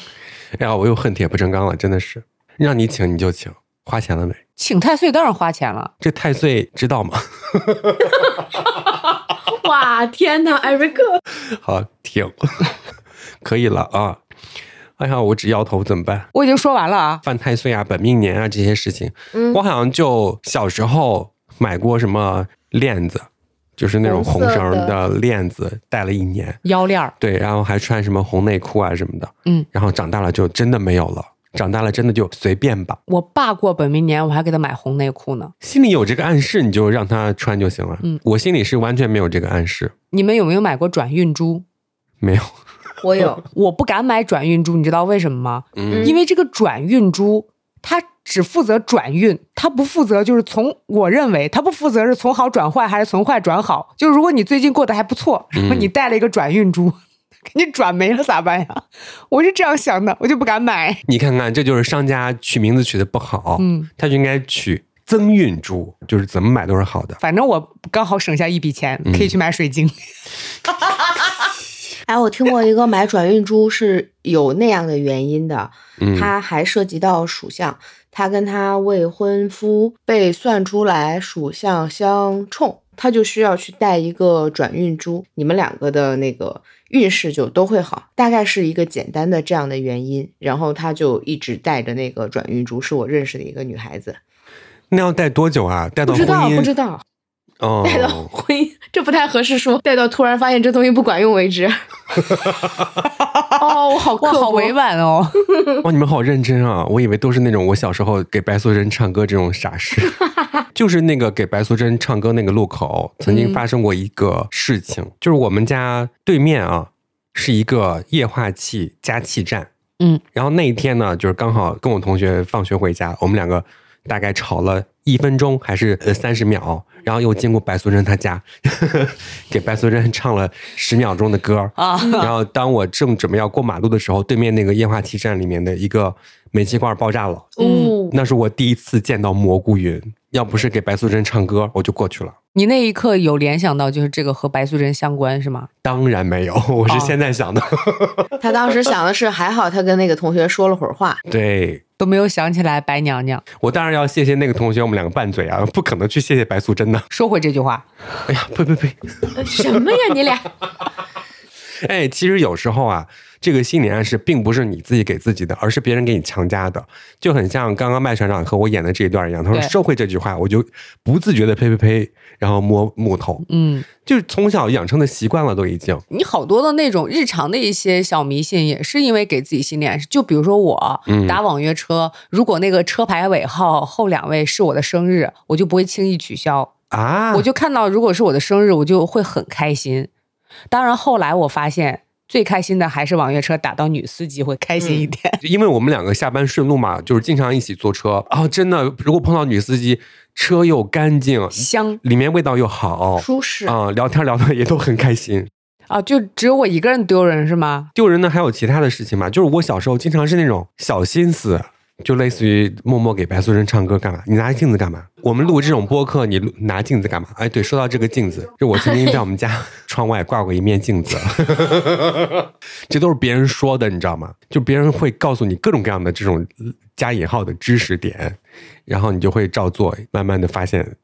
A: 哎呀，我又恨铁不成钢了，真的是，让你请你就请，花钱了没？
B: 请太岁当然花钱了，
A: 这太岁知道吗？ (laughs)
C: 哇，天哪，艾瑞克，
A: 好，停， (laughs) 可以了啊。哎呀，我直摇头怎么办？
B: 我已经说完了啊。
A: 犯太岁啊、本命年啊这些事情，
C: 嗯
A: 我好像就小时候买过什么链子，就是那种红
C: 红色
A: 绳
C: 的
A: 的链子，戴了一年，
B: 腰链儿，
A: 对，然后还穿什么红内裤啊什么的，
B: 嗯，
A: 然后长大了就真的没有了，长大了真的就随便吧，
B: 我爸过本命年，我还给他买红内裤呢。
A: 心里有这个暗示你就让他穿就行了，
B: 嗯，
A: 我心里是完全没有这个暗示，
B: 你们有没有买过转运珠？
A: 没有， (laughs)
C: 我有，
B: 我不敢买转运珠，你知道为什么吗？
A: 嗯
B: 因为这个转运珠，它只负责转运，它不负责就是从我认为它不负责是从好转坏还是从坏转好。就是如果你最近过得还不错，然后你带了一个转运珠， (laughs) 给你转没了咋办呀？ (laughs) 我是这样想的，我就不敢买。
A: 你看看，这就是商家取名字取的不好，
B: 嗯，
A: 他就应该取增运珠，就是怎么买都是好的。
B: 反正我刚好省下一笔钱，可以去买水晶。
C: 哎，我听过一个买转运珠是有那样的原因的，
A: 嗯
C: 它还涉及到属相，他跟他未婚夫被算出来属相相冲，他就需要去带一个转运珠，你们两个的那个运势就都会好，大概是一个简单的这样的原因，然后他就一直带着那个转运珠，是我认识的一个女孩子，
A: 那要戴多久啊？戴
C: 不
A: 到
C: 知
A: 婚
C: 道
A: 姻？
C: 不知道，
A: 哦，
C: 带到婚姻，这不太合适说，带到突然发现这东西不管用
A: (laughs)
C: 为止。哦，我好
B: 哇，好
C: 刻薄
B: 委婉 (laughs) 哦。
A: 哇，你们好认真啊！我以为都是那种我小时候给白素贞唱歌这种傻事，就是那个给白素贞唱歌那个路口，曾经发生过一个事情，就是我们家对面啊是一个液化气加气站，
B: 嗯，
A: 然后那一天呢，就是刚好跟我同学放学回家，我们两个大概吵了一分钟还是呃三十秒，然后又经过白素贞她家， (laughs) 给白素贞唱了十秒钟的歌儿
B: 啊，
A: 然后当我正准备要过马路的时候，对面那个液化气站里面的一个煤气罐爆炸了，
C: 哦，
A: 那是我第一次见到蘑菇云。要不是给白素贞唱歌，我就过去了。
B: 你那一刻有联想到就是这个和白素贞相关是吗？
A: 当然没有， (laughs) 我是现在想的。
C: 他当时想的是，还好他跟那个同学说了会儿话，
A: 对
B: 都没有想起来白娘娘。
A: 我当然要谢谢那个同学，我们两个拌嘴啊，不可能去谢谢白素贞的。
B: 收回这句话，
A: 哎呀，呸呸呸！
C: 什么呀你俩？
A: 哎，其实有时候啊，这个心理暗示并不是你自己给自己的，而是别人给你强加的，就很像刚刚麦船长和我演的这一段一样。他说
B: 对
A: 收回这句话，我就不自觉的呸呸呸，然后摸木头，
B: (laughs) 嗯，
A: 就是从小养成的习惯了，都已经。
B: 你好多的那种日常的一些小迷信，也是因为给自己心理暗示。就比如说我
A: 嗯
B: 打网约车，如果那个车牌尾号后两位是我的生日，我就不会轻易取消。
A: 啊，
B: 我就看到如果是我的生日，我就会很开心。当然后来我发现，最开心的还是网约车打到女司机会开心一点。 (laughs)
A: 因为我们两个下班顺路嘛，就是经常一起坐车啊、真的，如果碰到女司机，车又干净，
B: 香
A: 里面味道又好，
C: 舒适，
A: 啊、聊天聊的也都很开心。
B: 啊，就只有我一个人丢人是吗？
A: 丢人呢，还有其他的事情嘛？就是我小时候经常是那种小心思，就类似于默默给白素贞唱歌干嘛？你拿镜子干嘛？我们录这种播客，你录拿镜子干嘛？哎，对，说到这个镜子，就我曾经在我们家 (laughs) 窗外挂过一面镜子， (laughs) 这都是别人说的，你知道吗？就别人会告诉你各种各样的这种呃加引号的知识点，然后你就会照做，慢慢的发现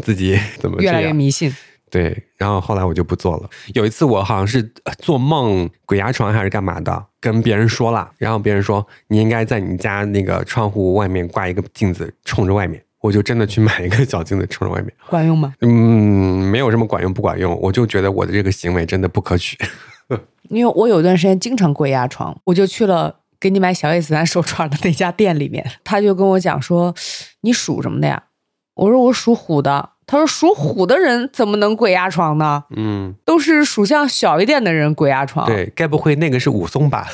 A: 自己怎么这
B: 越
A: 样
B: 来越迷信。
A: 对，然后后来我就不做了。有一次我好像是呃做梦鬼压床还是干嘛的，跟别人说了，然后别人说你应该在你家那个窗户外面挂一个镜子，冲着外面。我就真的去买一个小镜子冲着外面，
B: 管用吗？
A: 嗯，没有什么管用不管用，我就觉得我的这个行为真的不可取。
B: 因为我有段时间经常鬼压床，我就去了给你买小 S 咱手串的那家店里面，他就跟我讲说：“你属什么的呀？”我说：“我属虎的。”他说：“属虎的人怎么能鬼压床呢？
A: 嗯，
B: 都是属相小一点的人鬼压床。，
A: 对，该不会那个是武松吧？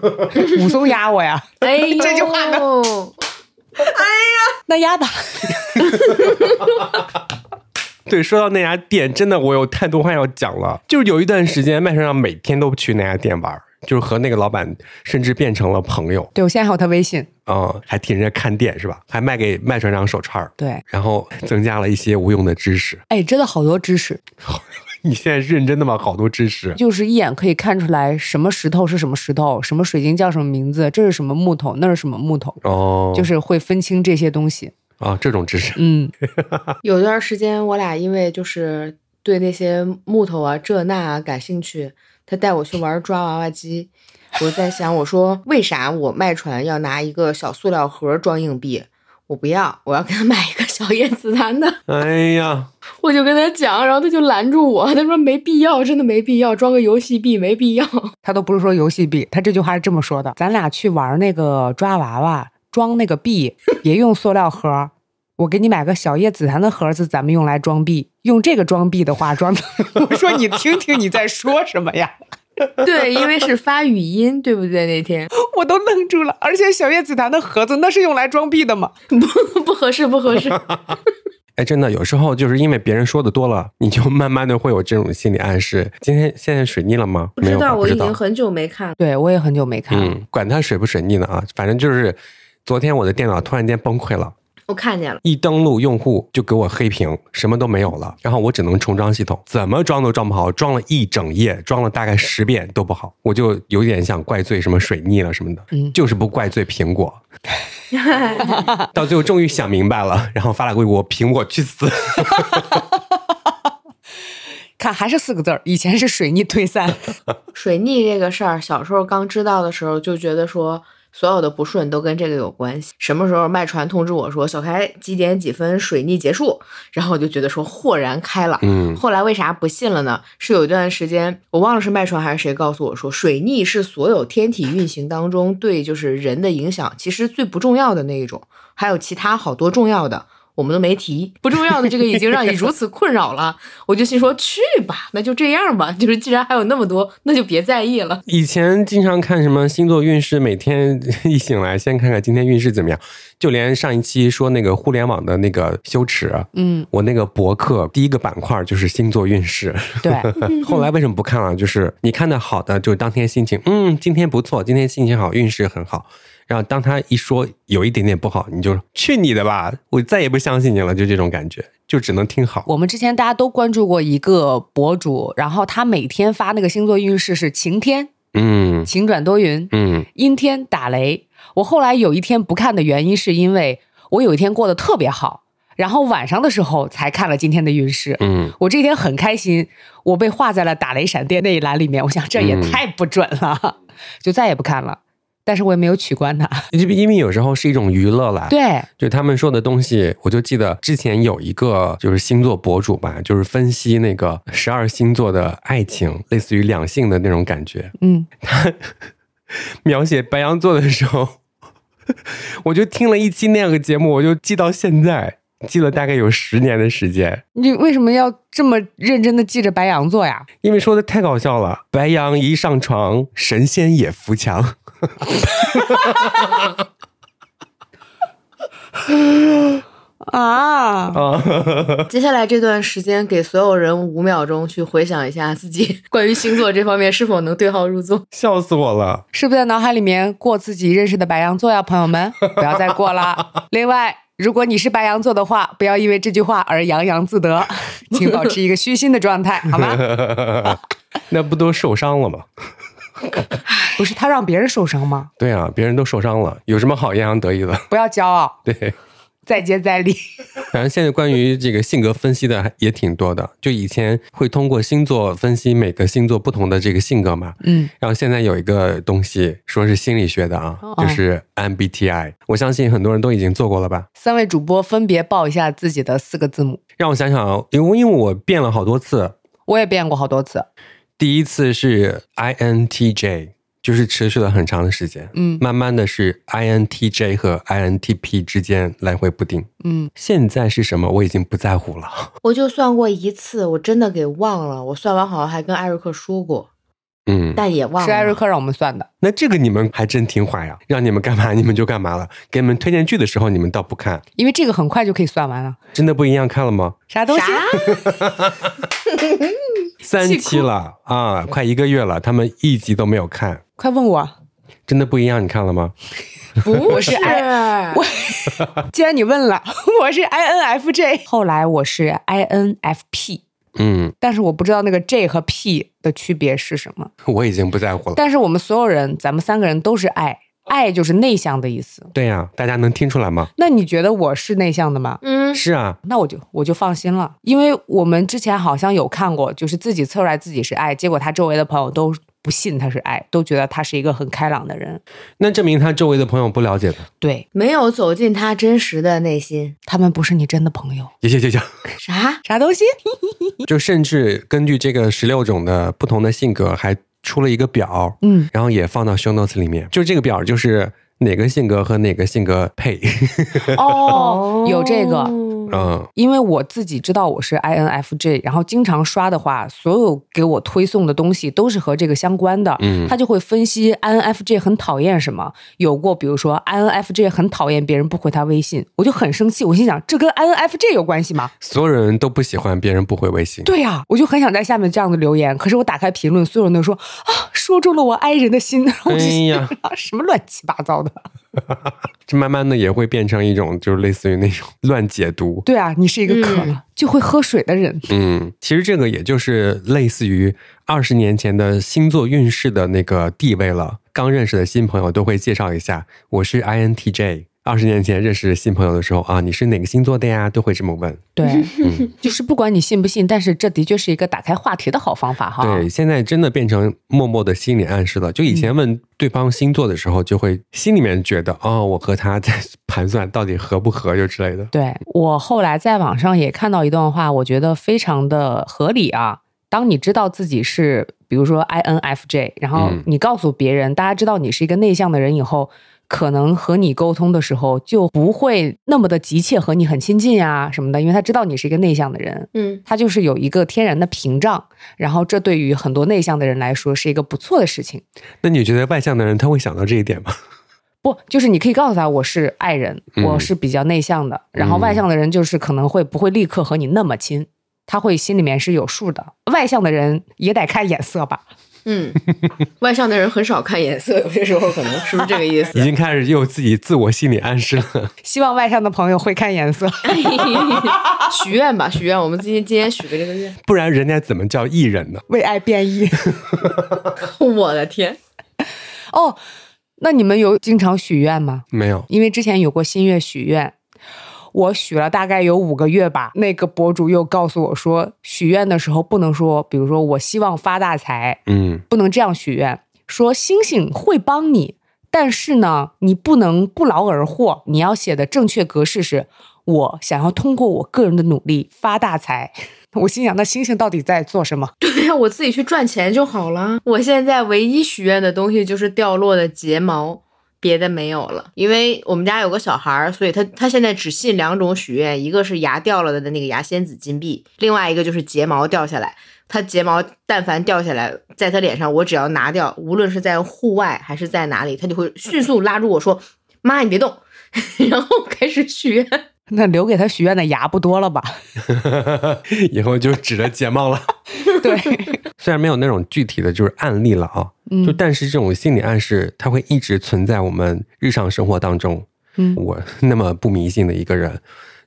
A: (laughs)
B: 武松压我呀，
C: 哎呦，
B: 这句话呢那压的。
A: 对，说到那家店，真的我有太多话要讲了。就是有一段时间，麦上上每天都去那家店玩，就是和那个老板甚至变成了朋友。
B: 对我现在还有他微信。
A: 嗯，还替人家看店是吧？还卖给麦船长手串儿，
B: 对，
A: 然后增加了一些无用的知识。 (laughs)
B: 哎，真的好多知识，
A: 你现在是认真的吗？好多知识，
B: 就是一眼可以看出来什么石头是什么石头，什么水晶叫什么名字，这是什么木头，那是什么木头，
A: 哦，
B: 就是会分清这些东西。
A: 啊，这种知
C: (laughs)
A: 识，
B: 嗯，
C: 有段时间我俩因为就是对那些木头啊这那啊感兴趣，他带我去玩抓娃娃机，我在想，我说为啥我卖船要拿一个小塑料盒装硬币？我不要，我要给他买一个小叶紫檀的。 (laughs)
A: 哎呀，
C: 我就跟他讲，然后他就拦住我，他说没必要，真的没必要，装个游戏币没必要。
B: 他都不是说游戏币，他这句话是这么说的：咱俩去玩那个抓娃娃，装那个币，别用塑料盒儿。我给你买个小叶紫檀的盒子，咱们用来装币。用这个装币的 (laughs) 话，装的我说你听听你在说什么呀？
C: 对，因为是发语音，对不对？那天
B: 我都愣住了。而且小叶紫檀的盒子那是用来装币的吗？
C: (laughs) 不不合适，不合适。
A: 哎，真的，有时候就是因为别人说的多了，你就慢慢的会有这种心理暗示。今天现在水逆了吗？
C: 不
A: 没
C: 知
A: 有吧，
C: 道，
A: 不
C: 我
A: 知
C: 已
A: 道
C: 经。很久没看了。
B: 对我也很久没看了。
A: 嗯，管它水不水逆呢啊，反正就是昨天我的电脑突然间崩溃了。
C: 我看见了，
A: 一登录用户就给我黑屏，什么都没有了，然后我只能重装系统，怎么装都装不好，装了一整夜，装了大概十遍都不好，我就有点想怪罪什么水逆了什么的，
B: 嗯
A: 就是不怪罪苹果， (laughs) 到最后终于想明白了，然后发了个微博，苹果去死，
B: 看还是四个字儿，以前是水逆退散。
C: 水逆这个事儿，小时候刚知道的时候就觉得说所有的不顺都跟这个有关系。什么时候麦传通知我说小开几点几分水逆结束，然后我就觉得说豁然开朗。
A: 嗯，
C: 后来为啥不信了呢？是有一段时间，我忘了是麦传还是谁告诉我说，水逆是所有天体运行当中对就是人的影响，其实最不重要的那一种，还有其他好多重要的。我们都没提，不重要的这个已经让你如此困扰了， (laughs) 我就心说去吧，那就这样吧， (laughs) 就是既然还有那么多，那就别在意了。
A: 以前经常看什么星座运势，每天一醒来先看看今天运势怎么样，就连上一期说那个互联网的那个羞耻，
B: 嗯，
A: 我那个博客第一个板块就是星座运势。
B: 对，
A: 后来为什么不看了？就是你看的好的，就当天心情，嗯，今天不错，今天心情好，运势很好。然后当他一说有一点点不好，你就去你的吧，我再也不相信你了，就这种感觉，就只能听好。
B: 我们之前大家都关注过一个博主，然后他每天发那个星座运势是晴天、
A: 嗯
B: 晴转多云、
A: 嗯，
B: 阴天打雷。我后来有一天不看的原因是因为我有一天过得特别好，然后晚上的时候才看了今天的运势。 (laughs)
A: 嗯，
B: 我这天很开心，我被划在了打雷闪电那一栏里面。我想这也
A: 嗯
B: 太不准了，就再也不看了。但是我也没有取关 (laughs) 它。
A: 因为因为有时候是一种娱乐啦。。
B: 对，
A: 就他们说的东西，我就记得之前有一个就是星座博主吧，就是分析那个十二星座的爱情，类似于两性的那种感觉。
B: 嗯，
A: 描写白羊座的时候， (laughs) 我就听了一期那样的节目，我就记到现在，记了大概有十年的时间，
B: 你为什么要这么认真的记着白羊座呀？
A: 因为说的太搞笑了。白羊一上床，神仙也扶墙。 (laughs)
B: 啊，
C: 接下来这段时间，给所有人五秒钟去回想一下自己关于星座这方面是否能对号入座。
A: 笑死我了！
B: 是不是在脑海里面过自己认识的白羊座呀，朋友们，不要再过了。另外，如果你是白羊座的话，不要因为这句话而洋洋自得， (laughs) 请保持一个虚心的状态，好吗？
C: (laughs)
A: 那不都受伤了吗？
B: 不是他让别人受伤吗？
A: 对啊，别人都受伤了，有什么好洋洋得意的？ (laughs)
B: 不要骄傲，
A: 对，
B: 再接再
C: (laughs)
B: 厉。
A: 反正现在关于这个性格分析的还也挺多的，就以前会通过星座分析每个星座不同的这个性格嘛，
B: 嗯，
A: 然后现在有一个东西，说是心理学的啊，
B: 哦
A: 就是 MBTI，我相信很多人都已经做过了吧？
B: 三位主播分别报一下自己的四个字母。
A: 让我想想啊，因为因为我变了好多次，
B: 我也变过好多次，
A: 第一次是 INTJ，就是持续了很长的时间。
B: 嗯
A: 慢慢的是 INTJ 和 INTP 之间来回不定。
B: 嗯，
A: 现在是什么我已经不在乎了。
C: 我就算过一次，我真的给忘了。我算完好像还跟艾瑞克说过，
A: 嗯，
C: 但也忘了。
B: 是艾瑞克让我们算的。
A: 那这个你们还真听话呀，让你们干嘛你们就干嘛了。给你们推荐剧的时候你们倒不看，
B: 因为这个很快就可以算完了。
A: 真的不一样看了吗？
B: 啥东西？
C: 啥？
A: 三期了啊，快一个月了，他们一集都没有看，
B: 快问我！
C: (laughs)
A: 真的不一样，你看了吗？
C: 不
B: 我是
C: (laughs)
B: 艾我既然你问了， (laughs) 我是 INFJ，后来我是 INFP，
A: 嗯，
B: 但是我不知道那个 J 和 P 的区别是什么。
A: 我已经不在乎了。
B: 但是我们所有人，咱们三个人都是爱，爱就是内向的意思。
A: 对呀、大家能听出来吗？
B: 那你觉得我是内向的吗？
C: 嗯，
A: 是啊，
B: 那我就我就放心了，因为我们之前好像有看过，就是自己测出来自己是爱，结果他周围的朋友都不信他是爱，都觉得他是一个很开朗的人。
A: 那证明他周围的朋友不了解他。
B: 对
C: 没有走进他真实的内心。
B: 他们不是你真的朋友，
A: 谢谢谢谢。
C: 啥？
B: 啥东西？
A: 就甚至根据这个十六种的不同的性格，还出了一个表，
B: 嗯，
A: (laughs) 然后也放到 show notes 里面。就这个表就是哪个性格和哪个性格配。 (laughs)
B: 哦，有这个。
C: 哦
A: 嗯，
B: 因为我自己知道我是 INFJ，然后经常刷的话，所有给我推送的东西都是和这个相关的。
A: 嗯
B: 他就会分析 INFJ 很讨厌什么，有过比如说 INFJ 很讨厌别人不回他微信，我就很生气，我心想这跟 INFJ 有关系吗？
A: 所有人都不喜欢别人不回微信。
B: 对呀、我就很想在下面这样的留言，可是我打开评论，所有人都说啊，说中了我爱人的心，然后我就
A: 哎呀
B: 心想啊什么乱七八糟的。
A: 这慢慢的也会变成一种，就是类似于那种 (laughs) 乱解读。
B: 对啊，你是一个渴了、
C: 嗯
B: 就会喝水的人。
A: 嗯，其实这个也就是类似于二十年前的星座运势的那个地位了。刚认识的新朋友都会介绍一下，我是 INTJ。二十年前认识新朋友的时候啊，你是哪个星座的呀？都会这么问。
B: 对，
A: 嗯
B: 就是不管你信不信，但是这的确是一个打开话题的好方法哈。
A: 对，现在真的变成默默的心理暗示了。就以前问对方星座的时候，就会心里面觉得，哦，我和他在 (laughs) 盘算到底合不合，就之类的。
B: 对我后来在网上也看到一段话，我觉得非常的合理啊。当你知道自己是，比如说 INFJ，然后
A: 嗯
B: 你告诉别人，大家知道你是一个内向的人以后，可能和你沟通的时候就不会那么的急切和你很亲近啊什么的，因为他知道你是一个内向的人，
C: 嗯，
B: 他就是有一个天然的屏障。然后这对于很多内向的人来说是一个不错的事情。
A: 那你觉得外向的人他会想到这一点吗？
B: 不，就是你可以告诉他我是爱人，
A: 嗯
B: 我是比较内向的，然后外向的人就是可能会不会立刻和你那么亲，他会心里面是有数的。外向的人也得看眼色吧。
C: 嗯，外向的人很少看颜色，有些时候可能是不是这个意
A: 已
C: 思？ (laughs)
A: 经开始又自己自我心理暗示了。
B: 希望外向的朋友会看眼色。 (laughs)
C: 许愿吧，许愿，我们今天今天许个这个愿。 (laughs)
A: 不然人家怎么叫艺人呢？
B: 为爱变异 (laughs)
C: 我的天，
B: 哦，那你们有经常许愿吗？
A: 没有，
B: 因为之前有过新月许愿，我许了大概有五个月吧。那个博主又告诉我说，许愿的时候不能说，比如说我希望发大财，
A: 嗯，
B: 不能这样许愿，说星星会帮你，但是呢，你不能不劳而获。你要写的正确格式是：我想要通过我个人的努力发大财。 (laughs) 我心想，那星星到底在做什么？
C: 对呀， (laughs) 我自己去赚钱就好了。我现在唯一许愿的东西就是掉落的睫毛，别的没有了。因为我们家有个小孩儿，所以他他现在只信两种许愿，一个是牙掉了的那个牙仙子金币，另外一个就是睫毛掉下来。他睫毛但凡掉下来，在他脸上，我只要拿掉，无论是在户外还是在哪里，他就会迅速拉住我说：“妈，你别动。” (laughs) 然后开始许愿。
B: 那留给他许愿的牙不多了吧？
A: (laughs)
B: (laughs)
A: 以后就指着睫毛了。
B: 对，
A: (laughs) 虽然没有那种具体的就是案例了啊，就
B: 嗯
A: 但是这种心理暗示，它会一直存在我们日常生活当中。
B: 嗯
A: 我那么不迷信的一个人，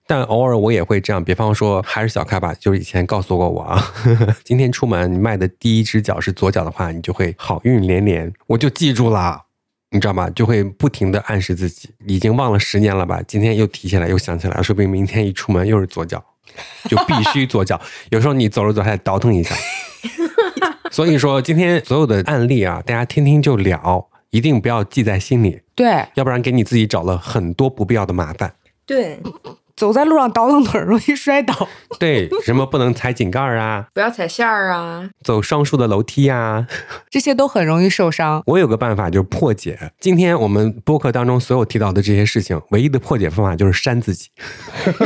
A: 但偶尔我也会这样。比方说，还是小开吧，就是以前告诉过我啊， (laughs) 呵呵今天出门你迈的第一只脚是左脚的话，你就会好运连连，我就记住了。你知道吗？就会不停的暗示自己，已经忘了十年了吧？今天又提起来，又想起来，说不定明天一出门又是左脚，就必须左脚。 (laughs) 有时候你走着走着还倒腾一下。 (laughs) 所以说，今天所有的案例啊，大家听听就了，一定不要记在心里。
B: 对，
A: 要不然给你自己找了很多不必要的麻烦。
C: (laughs) 对，
B: 走在路上倒腾腿儿容易摔倒。 (laughs)
A: 对，什么不能踩井盖儿啊，
C: 不要踩线儿啊，
A: 走双数的楼梯啊。
B: 这些都很容易受伤。
A: 我有个办法就是破解。今天我们播客当中所有提到的这些事情，唯一的破解方法就是删自己， (laughs)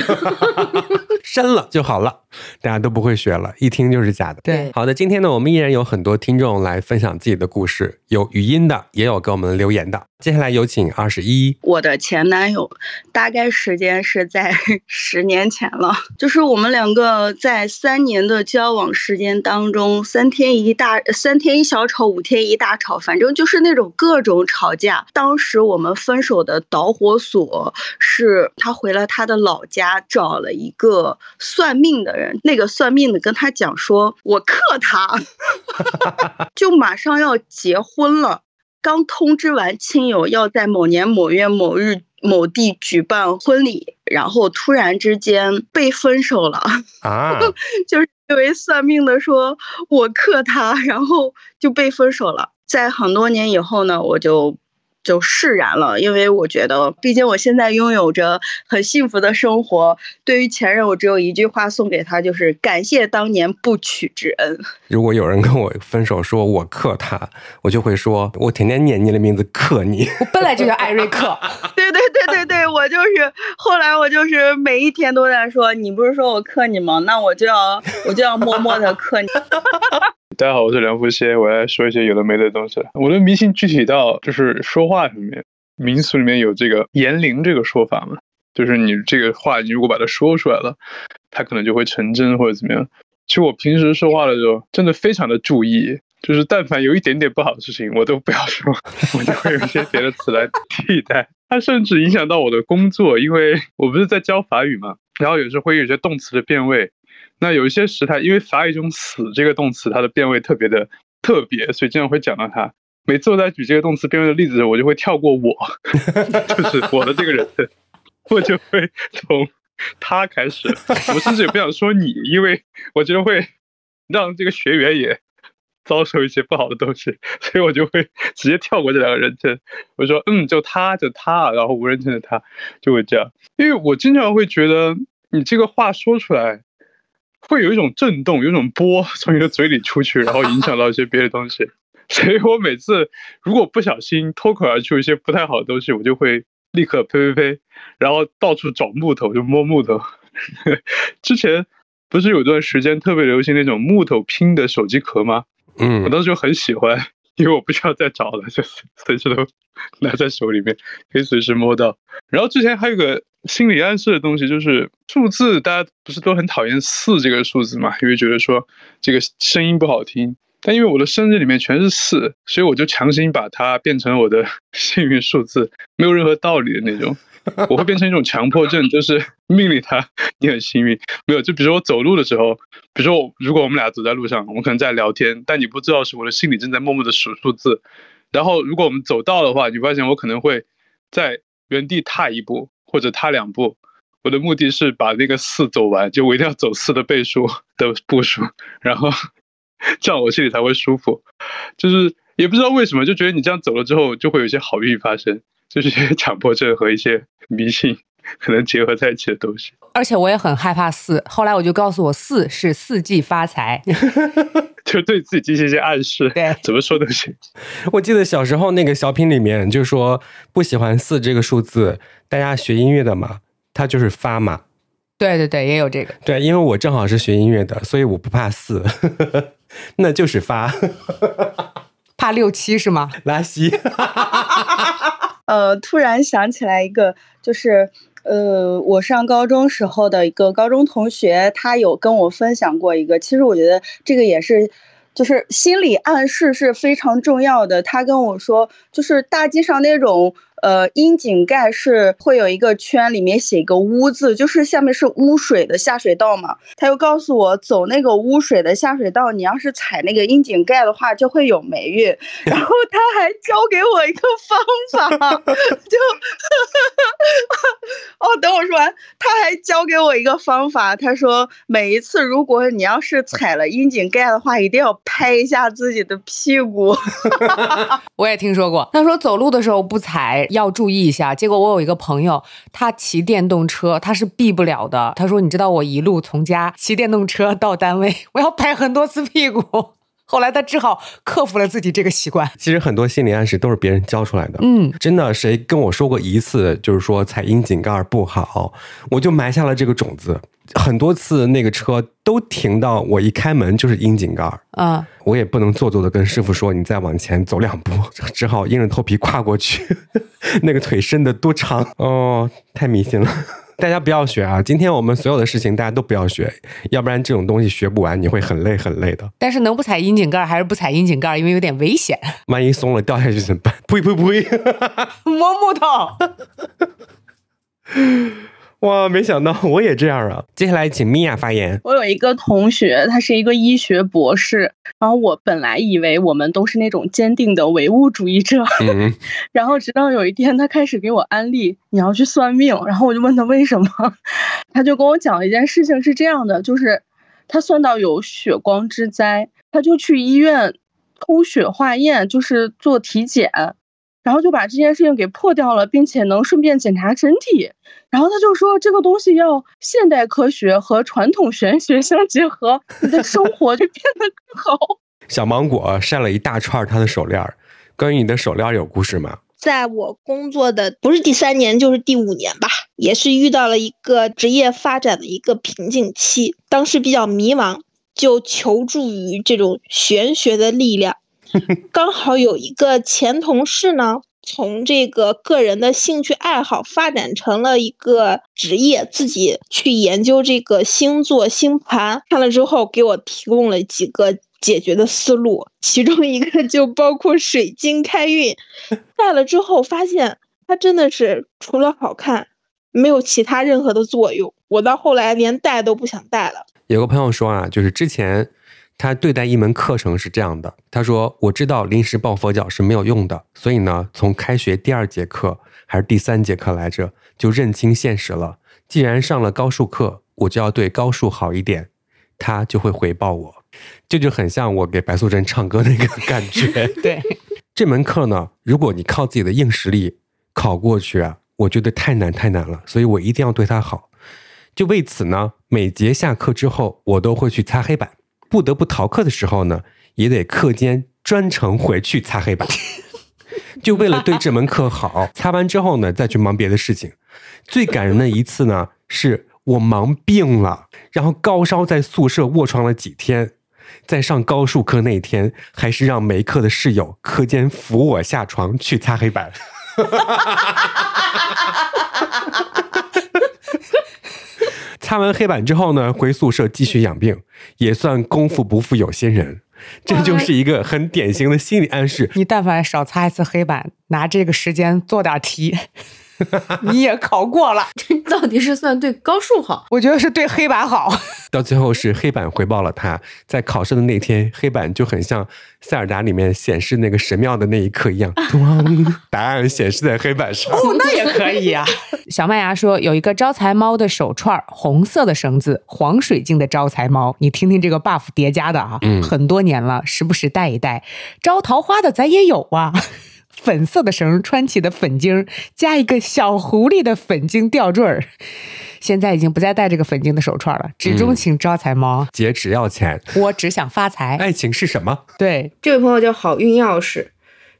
A: 删了就好了，大家都不会学了，一听就是假的。
C: 对
A: 好的，今天呢，我们依然有很多听众来分享自己的故事，有语音的，也有给我们留言的。接下来有请二十一，
D: 我的前男友，大概时间是在 (laughs) 十年前了。就是我们两个在三年的交往时间当中，三天一大，三天一小吵，五天一大吵，反正就是那种各种吵架。当时我们分手的导火索是他回了他的老家，找了一个算命的人，那个算命的跟他讲说，我克他， (laughs) 就马上要结婚了。刚通知完亲友要在某年某月某日某地举办婚礼，然后突然之间被分手了， (laughs)
A: 啊，
D: 就是因为算命的说我克他，然后就被分手了。在很多年以后呢，我就就释然了，因为我觉得，毕竟我现在拥有着很幸福的生活。对于前任，我只有一句话送给他，就是感谢当年不娶之恩。
A: 如果有人跟我分手说我克他，我就会说，我天天念你的名字克你。 (laughs)
B: 我本来就叫艾瑞克，
D: (laughs) 对对对对对，我就是后来我就是每一天都在说，你不是说我克你吗？那我就要我就要默默的克你。
E: 大家好，我是梁福歇，我来说一些有的没的东西。我的迷信具体到就是说话上面，民俗里面有这个言灵这个说法嘛，就是你这个话，你如果把它说出来了，它可能就会成真或者怎么样。其实我平时说话的时候，真的非常的注意，就是但凡有一点点不好的事情，我都不要说， (laughs) 我就会有一些别的词来替代。它甚至影响到我的工作，因为我不是在教法语嘛，然后有时候会有一些动词的变位，那有一些时态，因为法语中“死”这个动词，它的变位特别的特别，所以经常会讲到它。每次我在举这个动词变位的例子的时候，我就会跳过我， (laughs) 就是我的这个人，我就会从他开始。我甚至也不想说你，因为我觉得会让这个学员也遭受一些不好的东西，所以我就会直接跳过这两个人称。我说嗯，就他，就他，然后无人称的他就会这样。因为我经常会觉得你这个话说出来，会有一种震动，有一种波从你的嘴里出去，然后影响到一些别的东西。 (laughs) 所以我每次如果不小心脱口而出一些不太好的东西，我就会立刻呸呸呸，然后到处找木头，就摸木头。 (laughs) 之前不是有段时间特别流行那种木头拼的手机壳吗？我
A: 嗯，
E: 当时就很喜欢， (laughs) 因为我不需要再找了， (laughs) 就随随时都拿在手里面，可以随时摸到。然后之前还有个心理暗示的东西，就是数字，大家不是都很讨厌四这个数字嘛，因为觉得说这个声音不好听。但因为我的生日里面全是四，所以我就强行把它变成我的 (laughs) 幸运数字，没有任何道理的那种。我会变成一种强迫症， (laughs) 就是命令他 (laughs) 你很幸运。没有，就比如说我走路的时候，比如说我如果我们俩走在路上，我们可能在聊天，但你不知道是我的心里正在默默的数数字。然后如果我们走到的话，你发现我可能会在原地踏一步或者踏两步。我的目的是把那个四走完，就我一定要走四的倍数的步数，然后 (laughs) 这样我心里才会舒服。就是也不知道为什么，就觉得你这样走了之后，就会有一些好运发生，就是一些 (laughs) 强迫症和一些迷信可能结合在一起的东西。
B: 而且我也很害怕四。后来我就告诉我，四是四季发财。
E: 就对自己进行一些暗示，
B: 对
E: 怎么说都行。
A: 我记得小时候那个小品里面就说不喜欢四这个数字，大家学音乐的嘛，它就是发嘛。
B: 对对对，也有这个。
A: 对，因为我正好是学音乐的，所以我不怕四， (laughs) 那就是发 (laughs)
B: 怕六七是吗？
A: 拉稀。
D: 呃，突然想起来一个，就是呃，我上高中时候的一个高中同学，他有跟我分享过一个，其实我觉得这个也是。就是心理暗示是非常重要的。他跟我说，就是大街上那种呃窨井盖是会有一个圈，里面写一个污字，就是下面是污水的下水道嘛。他又告诉我，走那个污水的下水道，你要是踩那个窨井盖的话，就会有霉运。然后他还教给我一个方法，就 (laughs) 哦，等我说完，他还教给我一个方法，他说每一次如果你要是踩了窨井盖的话，一定要拍一下自己的屁股。
B: 我也听说过。他说走路的时候不踩，要注意一下。结果我有一个朋友，他骑电动车，他是避不了的。他说：“你知道我一路从家骑电动车到单位， (laughs) 我要拍很多次屁股。”后来他只好克服了自己这个习惯。
A: 其实很多心理暗示都是别人教出来的。
B: 嗯，
A: 真的，谁跟我说过一次，就是说踩阴井盖不好，我就埋下了这个种子。很多次那个车都停到我一开门就是阴井盖，
B: 啊、
A: 我也不能做作的跟师傅说你再往前走两步， (laughs) 只好硬着头皮跨过去。 (laughs) 那个腿伸得多长哦，太迷信了。 (laughs) 大家不要学啊！今天我们所有的事情大家都不要学，要不然这种东西学不完，你会很累很累的。
B: 但是能不踩阴井盖儿还是不踩阴井盖儿，因为有点危险。 (laughs)
A: 万一松了掉下去怎么办？ (laughs) 呸呸呸！
B: 摸木头。
A: 哇，没想到我也这样啊！接下来请米娅发言。
D: (laughs) 我有一个同学，他是一个医学博士，然后我本来以为我们都是那种坚定的唯物主义者，
A: 嗯，
D: 然后直到有一天，他开始给我安利你要去算命，然后我就问他为什么， (laughs) 他就跟我讲了一件事情，是这样的，就是他算到有血光之灾，他就去医院抽血化验，就是做体检，然后就把这件事情给破掉了，并且能顺便检查身体。然后他就说，这个东西要现代科学和传统玄学相结合，你的生活就变得更好。
A: 小芒果晒了一大串他的手链儿，关于你的手链儿有故事吗？
F: 在我工作的不是第三年就是第五年吧，也是遇到了一个职业发展的一个瓶颈期，当时比较迷茫，就求助于这种玄学的力量。刚好有一个前同事呢，从这个个人的兴趣爱好发展成了一个职业，自己去研究这个星座星盘，看了之后给我提供了几个解决的思路，其中一个就包括水晶开运。戴了之后发现它真的是除了好看，没有其他任何的作用。我到后来连戴都不想戴了。
A: 有个朋友说啊，就是之前他对待一门课程是这样的，他说我知道临时抱佛脚是没有用的，所以呢，从开学第二节课还是第三节课来着，就认清现实了。既然上了高数课，我就要对高数好一点，他就会回报我。这就很像我给白素贞唱歌那个 (laughs) 感觉。
B: 对，
A: 这门课呢，如果你靠自己的硬实力考过去啊，我觉得太难太难了，所以我一定要对它好。就为此呢，每节下课之后，我都会去擦黑板。不得不逃课的时候呢，也得课间专程回去擦黑板，就为了对这门课好。擦完之后呢，再去忙别的事情。最感人的一次呢，是我忙病了，然后高烧在宿舍卧床了几天。在上高数课那一天，还是让没课的室友课间扶我下床去擦黑板。 (laughs) 擦完黑板之后呢，回宿舍继续养病，也算功夫不负有心人。这就是一个很典型的心理暗示，
B: 你但凡少擦一次黑板，拿这个时间做点题，你也考过了。
C: 这 (laughs) 到底是算对高数好，
B: 我觉得是对黑板好。
A: 到最后是黑板回报了他。在考试的那天，黑板就很像塞尔达里面显示那个神庙的那一刻一样，咣，答案显示在黑板上。
B: 哦，那也可以啊。小麦芽说有一个招财猫的手串，红色的绳子，黄水晶的招财猫，你听听这个 buff 叠加的啊，
A: 嗯
B: 很多年了，时不时戴一戴。招桃花的咱也有啊。 (laughs) 粉色的绳穿起的粉晶儿，加一个小狐狸的粉晶吊坠儿。现在已经不再戴这个粉晶的手串了，只钟情招财猫。
A: 姐只要钱，
B: 我只想发财。
A: 爱情是什么？
B: 对，
C: 这位朋友叫好运钥匙，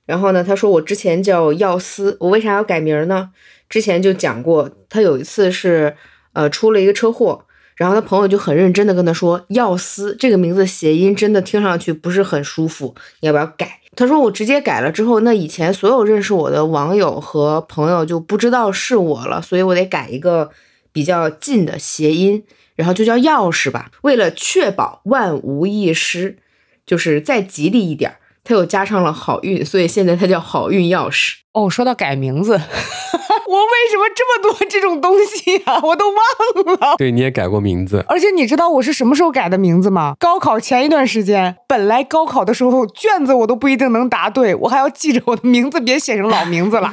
C: 然后呢，他说我之前叫药师，我为啥要改名儿呢？之前就讲过，他有一次是呃出了一个车祸，然后他朋友就很认真的跟他说，药师这个名字谐音真的听上去不是很舒服，你要不要改？他说我直接改了之后，那以前所有认识我的网友和朋友就不知道是我了，所以我得改一个比较近的谐音，然后就叫钥匙吧，为了确保万无一失。就是再吉利一点儿，它又加上了好运，所以现在它叫好运钥匙。
B: 哦，说到改名字，我 (laughs) 为什么这么多这种东西啊？我都忘了。
A: 对，你也改过名字，
B: 而且你知道我是什么时候改的名字吗？高考前一段时间，本来高考的时候卷子我都不一定能答对，我还要记着我的名字，别写成老名 (laughs) 字了。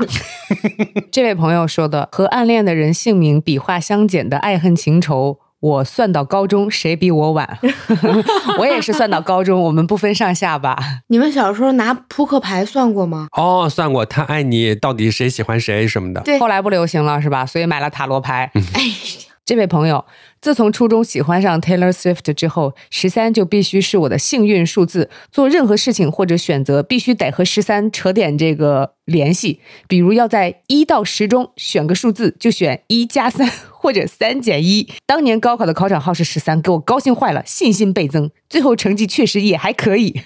B: 这位朋友说的和暗恋的人姓名笔画相减的爱恨情仇，我算到高中，谁比我晚？ (laughs) 我也是算到高中，我们不分上下吧。
C: 你们小时候拿扑克牌算过吗？
A: 哦，算过，他爱你到底谁喜欢谁什么的。
C: 对
B: 后来不流行了是吧？所以买了塔罗牌。
C: 哎，
B: 这位朋友，自从初中喜欢上 Taylor Swift 之后，十三就必须是我的幸运数字。做任何事情或者选择，必须得和十三扯点这个联系。比如要在一到十中选个数字，就选一加三或者三减一。当年高考的考场号是十三，给我高兴坏了，信心倍增。最后成绩确实也还可以。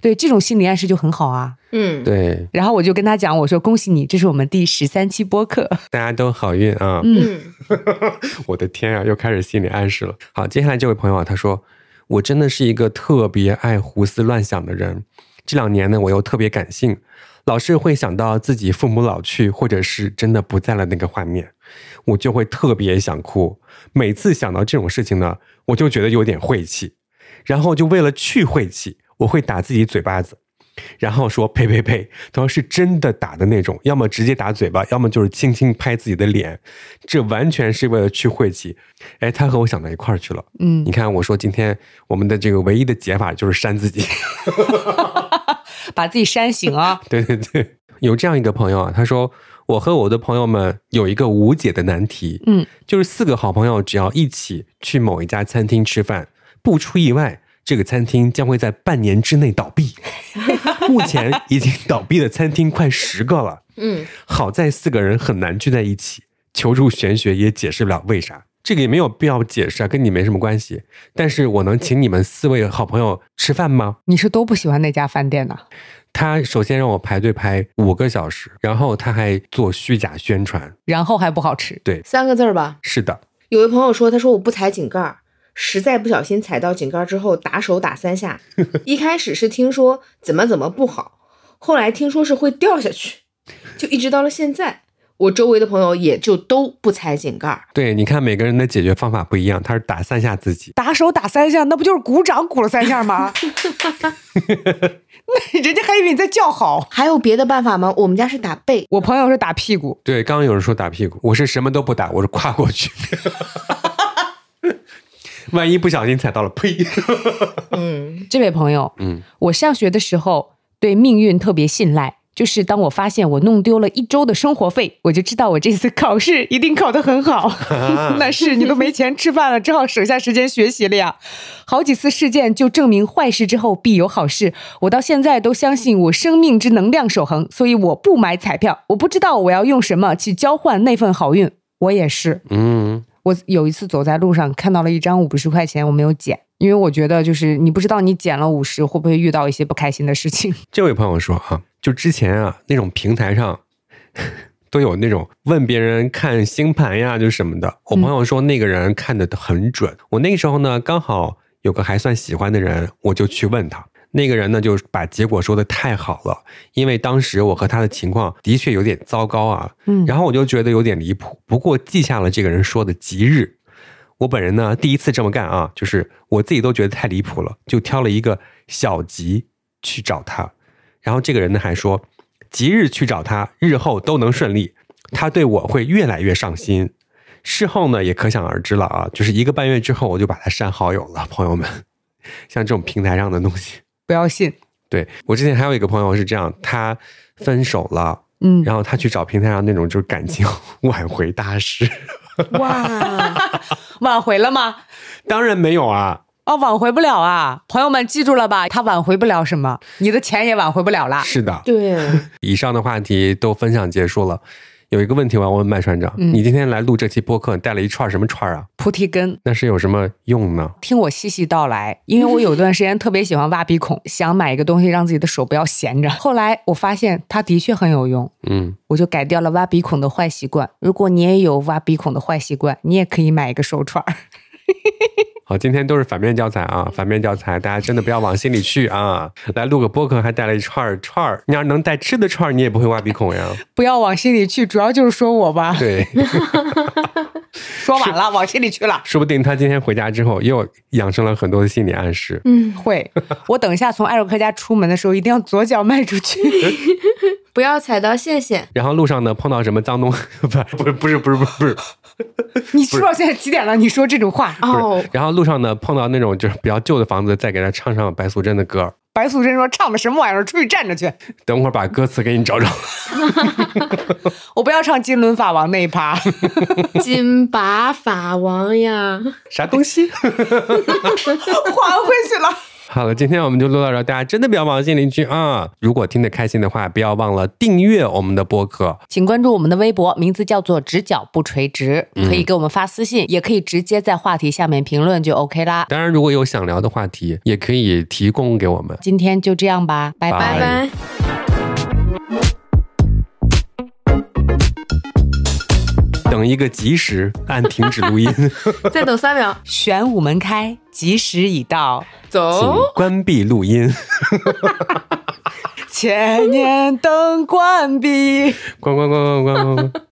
B: 对，这种心理暗示就很好啊。
C: 嗯，
A: 对，
B: 然后我就跟他讲，我说恭喜你，这是我们第十三期播客。
A: 大家都好运啊！
C: 嗯，
A: (laughs) 我的天啊，又开始心理暗示了。好，接下来这位朋友啊，他说：“我真的是一个特别爱胡思乱想的人。这两年呢，我又特别感性，老是会想到自己父母老去或者是真的不在了那个画面，我就会特别想哭。每次想到这种事情呢，我就觉得有点晦气，然后就为了去晦气，我会打自己嘴巴子。”然后说呸呸呸，他说是真的打的那种，要么直接打嘴巴，要么就是轻轻拍自己的脸，这完全是为了去晦气。哎，他和我想到一块儿去了。
B: 嗯 (laughs)
A: 你，看，我说今天我们的这个唯一的解法就是扇自己。 (laughs)
B: 把自己扇醒啊。
A: 对对对，有这样一个朋友啊，他说我和我的朋友们有一个无解的难题，
B: 嗯，
A: 就是四个好朋友只要一起去某一家餐厅吃饭，不出意外，这个餐厅将会在半年之内倒闭。 (laughs) 目前已经倒闭的餐厅快十个了。
C: 嗯，
A: 好在四个人很难聚在一起，求助玄学也解释不了为啥。这个也没有必要解释啊，跟你没什么关系。但是我能请你们四位好朋友吃饭吗？
B: 你是都不喜欢那家饭店呢？
A: 他首先让我排队排五个小时，然后他还做虚假宣传。
B: 然后还不好吃，
C: 三个字儿吧。
A: 是的，
C: 有位朋友说，他说我不踩井盖儿，实在不小心踩到井盖儿之后，打手打三 (laughs) 下。一开始是听说怎么怎么不好，后来听说是会掉下去，就一直到了现在。我周围的朋友也就都不踩井盖儿， (laughs)
A: 对，你看每个人的解决方法不一样，他是打三下自己。
B: 打手打三下，那不就是鼓掌鼓了三下吗？ (laughs) 那人家还以为你在叫好。
C: 还有别的办法吗？我们家是打背，
B: 我朋友是打屁股，
A: 对，刚刚有人说打屁股，我是什么都不打，我是跨过去。万一不小心踩到了，呸！
C: 嗯，
B: 这位朋友，
A: (laughs) 嗯，
B: 我上学的时候对命运特别信赖，就是当我发现我弄丢了一周的生活费，我就知道我这次考试一定考得很好。
A: 啊 (laughs) 嗯
B: 那是你都没钱吃饭了，只好省下时间学习了呀。好几次事件就证明坏事之后必有好事，我到现在都相信我生命之能量守恒，所以我不买彩票。我不知道我要用什么去交换那份好运。我也是，
A: 嗯，
B: 我有一次走在路上，看到了一张五十块钱，我没有捡，因为我觉得就是你不知道你捡了五十会不会遇到一些不开心的事情。
A: 这位朋友说啊，就之前啊那种平台上 (laughs) 都有那种问别人看星盘呀，就什么的。我朋友说那个人看的很准，我那个时候呢刚好有个还算喜欢的人，我就去问他。那个人呢，就把结果说的太好了，因为当时我和他的情况的确有点糟糕啊，
B: 嗯
A: 然后我就觉得有点离谱，不过记下了这个人说的吉日。我本人呢，第一次这么干啊，就是我自己都觉得太离谱了，就挑了一个小吉去找他。然后这个人呢还说，吉日去找他，日后都能顺利，他对我会越来越上心。事后呢，也可想而知了啊，就是一个半月之后，我就把他删好友了，朋友们。像这种平台上的东西，
B: 不要信，
A: 对我之前还有一个朋友是这样，他分手了，
B: 嗯，
A: 然后他去找平台上那种就是感情 (laughs) 挽回大师，
B: (laughs)
C: 哇，
B: 挽回了吗？
A: 当然没有啊，
B: 哦，挽回不了啊！朋友们记住了吧，他挽回不了什么，你的钱也挽回不了啦。
A: 是的。
C: 啊对，
A: 以上的话题都分享结束了，有一个问题我要问麦船长，
B: 嗯
A: 你今天来录这期播客，你带了一串什么串啊？
B: 菩提根，
A: 那是有什么用呢？
B: 听我细细道来，因为我有段时间特别喜欢挖鼻孔， (laughs) 想买一个东西让自己的手不要闲着。后来我发现它的确很有用，
A: 嗯，
B: 我就改掉了挖鼻孔的坏习惯。如果你也有挖鼻孔的坏习惯，你也可以买一个手串儿。 (laughs)
A: 好，今天都是反面教材啊，反面教材，大家真的不要往心里去啊。来录个播客还带了一串儿串儿，你要是能带吃的
C: (laughs)
A: 串儿，你也不会挖鼻孔呀。
B: 不要往心里去，主要就是说我吧。
A: 对，
B: 说晚了，往心里
A: (laughs)
B: 去了。
A: 说不定他今天回家之后又养成了很多的心理暗示。
C: 嗯，
B: 会，我等一下从艾瑞克家出门的时候，一定要左脚迈出去。
C: (laughs) 不要踩到线线。
A: 然后路上呢碰到什么脏东， (laughs) 不是不是不是不是不是，
B: 你知道现在几点了？你说这种话，
C: 哦，
A: 然后路上呢碰到那种就是比较旧的房子，再给他唱上白素贞的歌，
B: 白素贞说唱的什么玩意儿？出去站着去！
A: 等会儿把歌词给你找找。
B: 我不要唱金轮法王那一趴。 (laughs)
C: (laughs) 金拔法王呀，
A: (laughs) 啥东西？
B: 还回去了。
A: (laughs) 好了，今天我们就录到这儿，大家真的不要往心里去啊！如果听得开心的话，不要忘了订阅我们的播客。
B: 请关注我们的微博，名字叫做“直角不垂直”，可以给我们发私信，也可以直接在话题下面评论就 OK 啦。
A: 当然，如果有想聊的话题，也可以提供给我们。
B: 今天就这样吧，拜
A: 拜
C: 拜拜。
A: 等一个及时按停止 (laughs) 录音，
C: 再等三秒，
B: 玄武门开，吉时已到，
A: 请
C: 走。
A: 关闭录 (laughs) 音，
B: 千年灯关闭。
A: 关关关关关关关。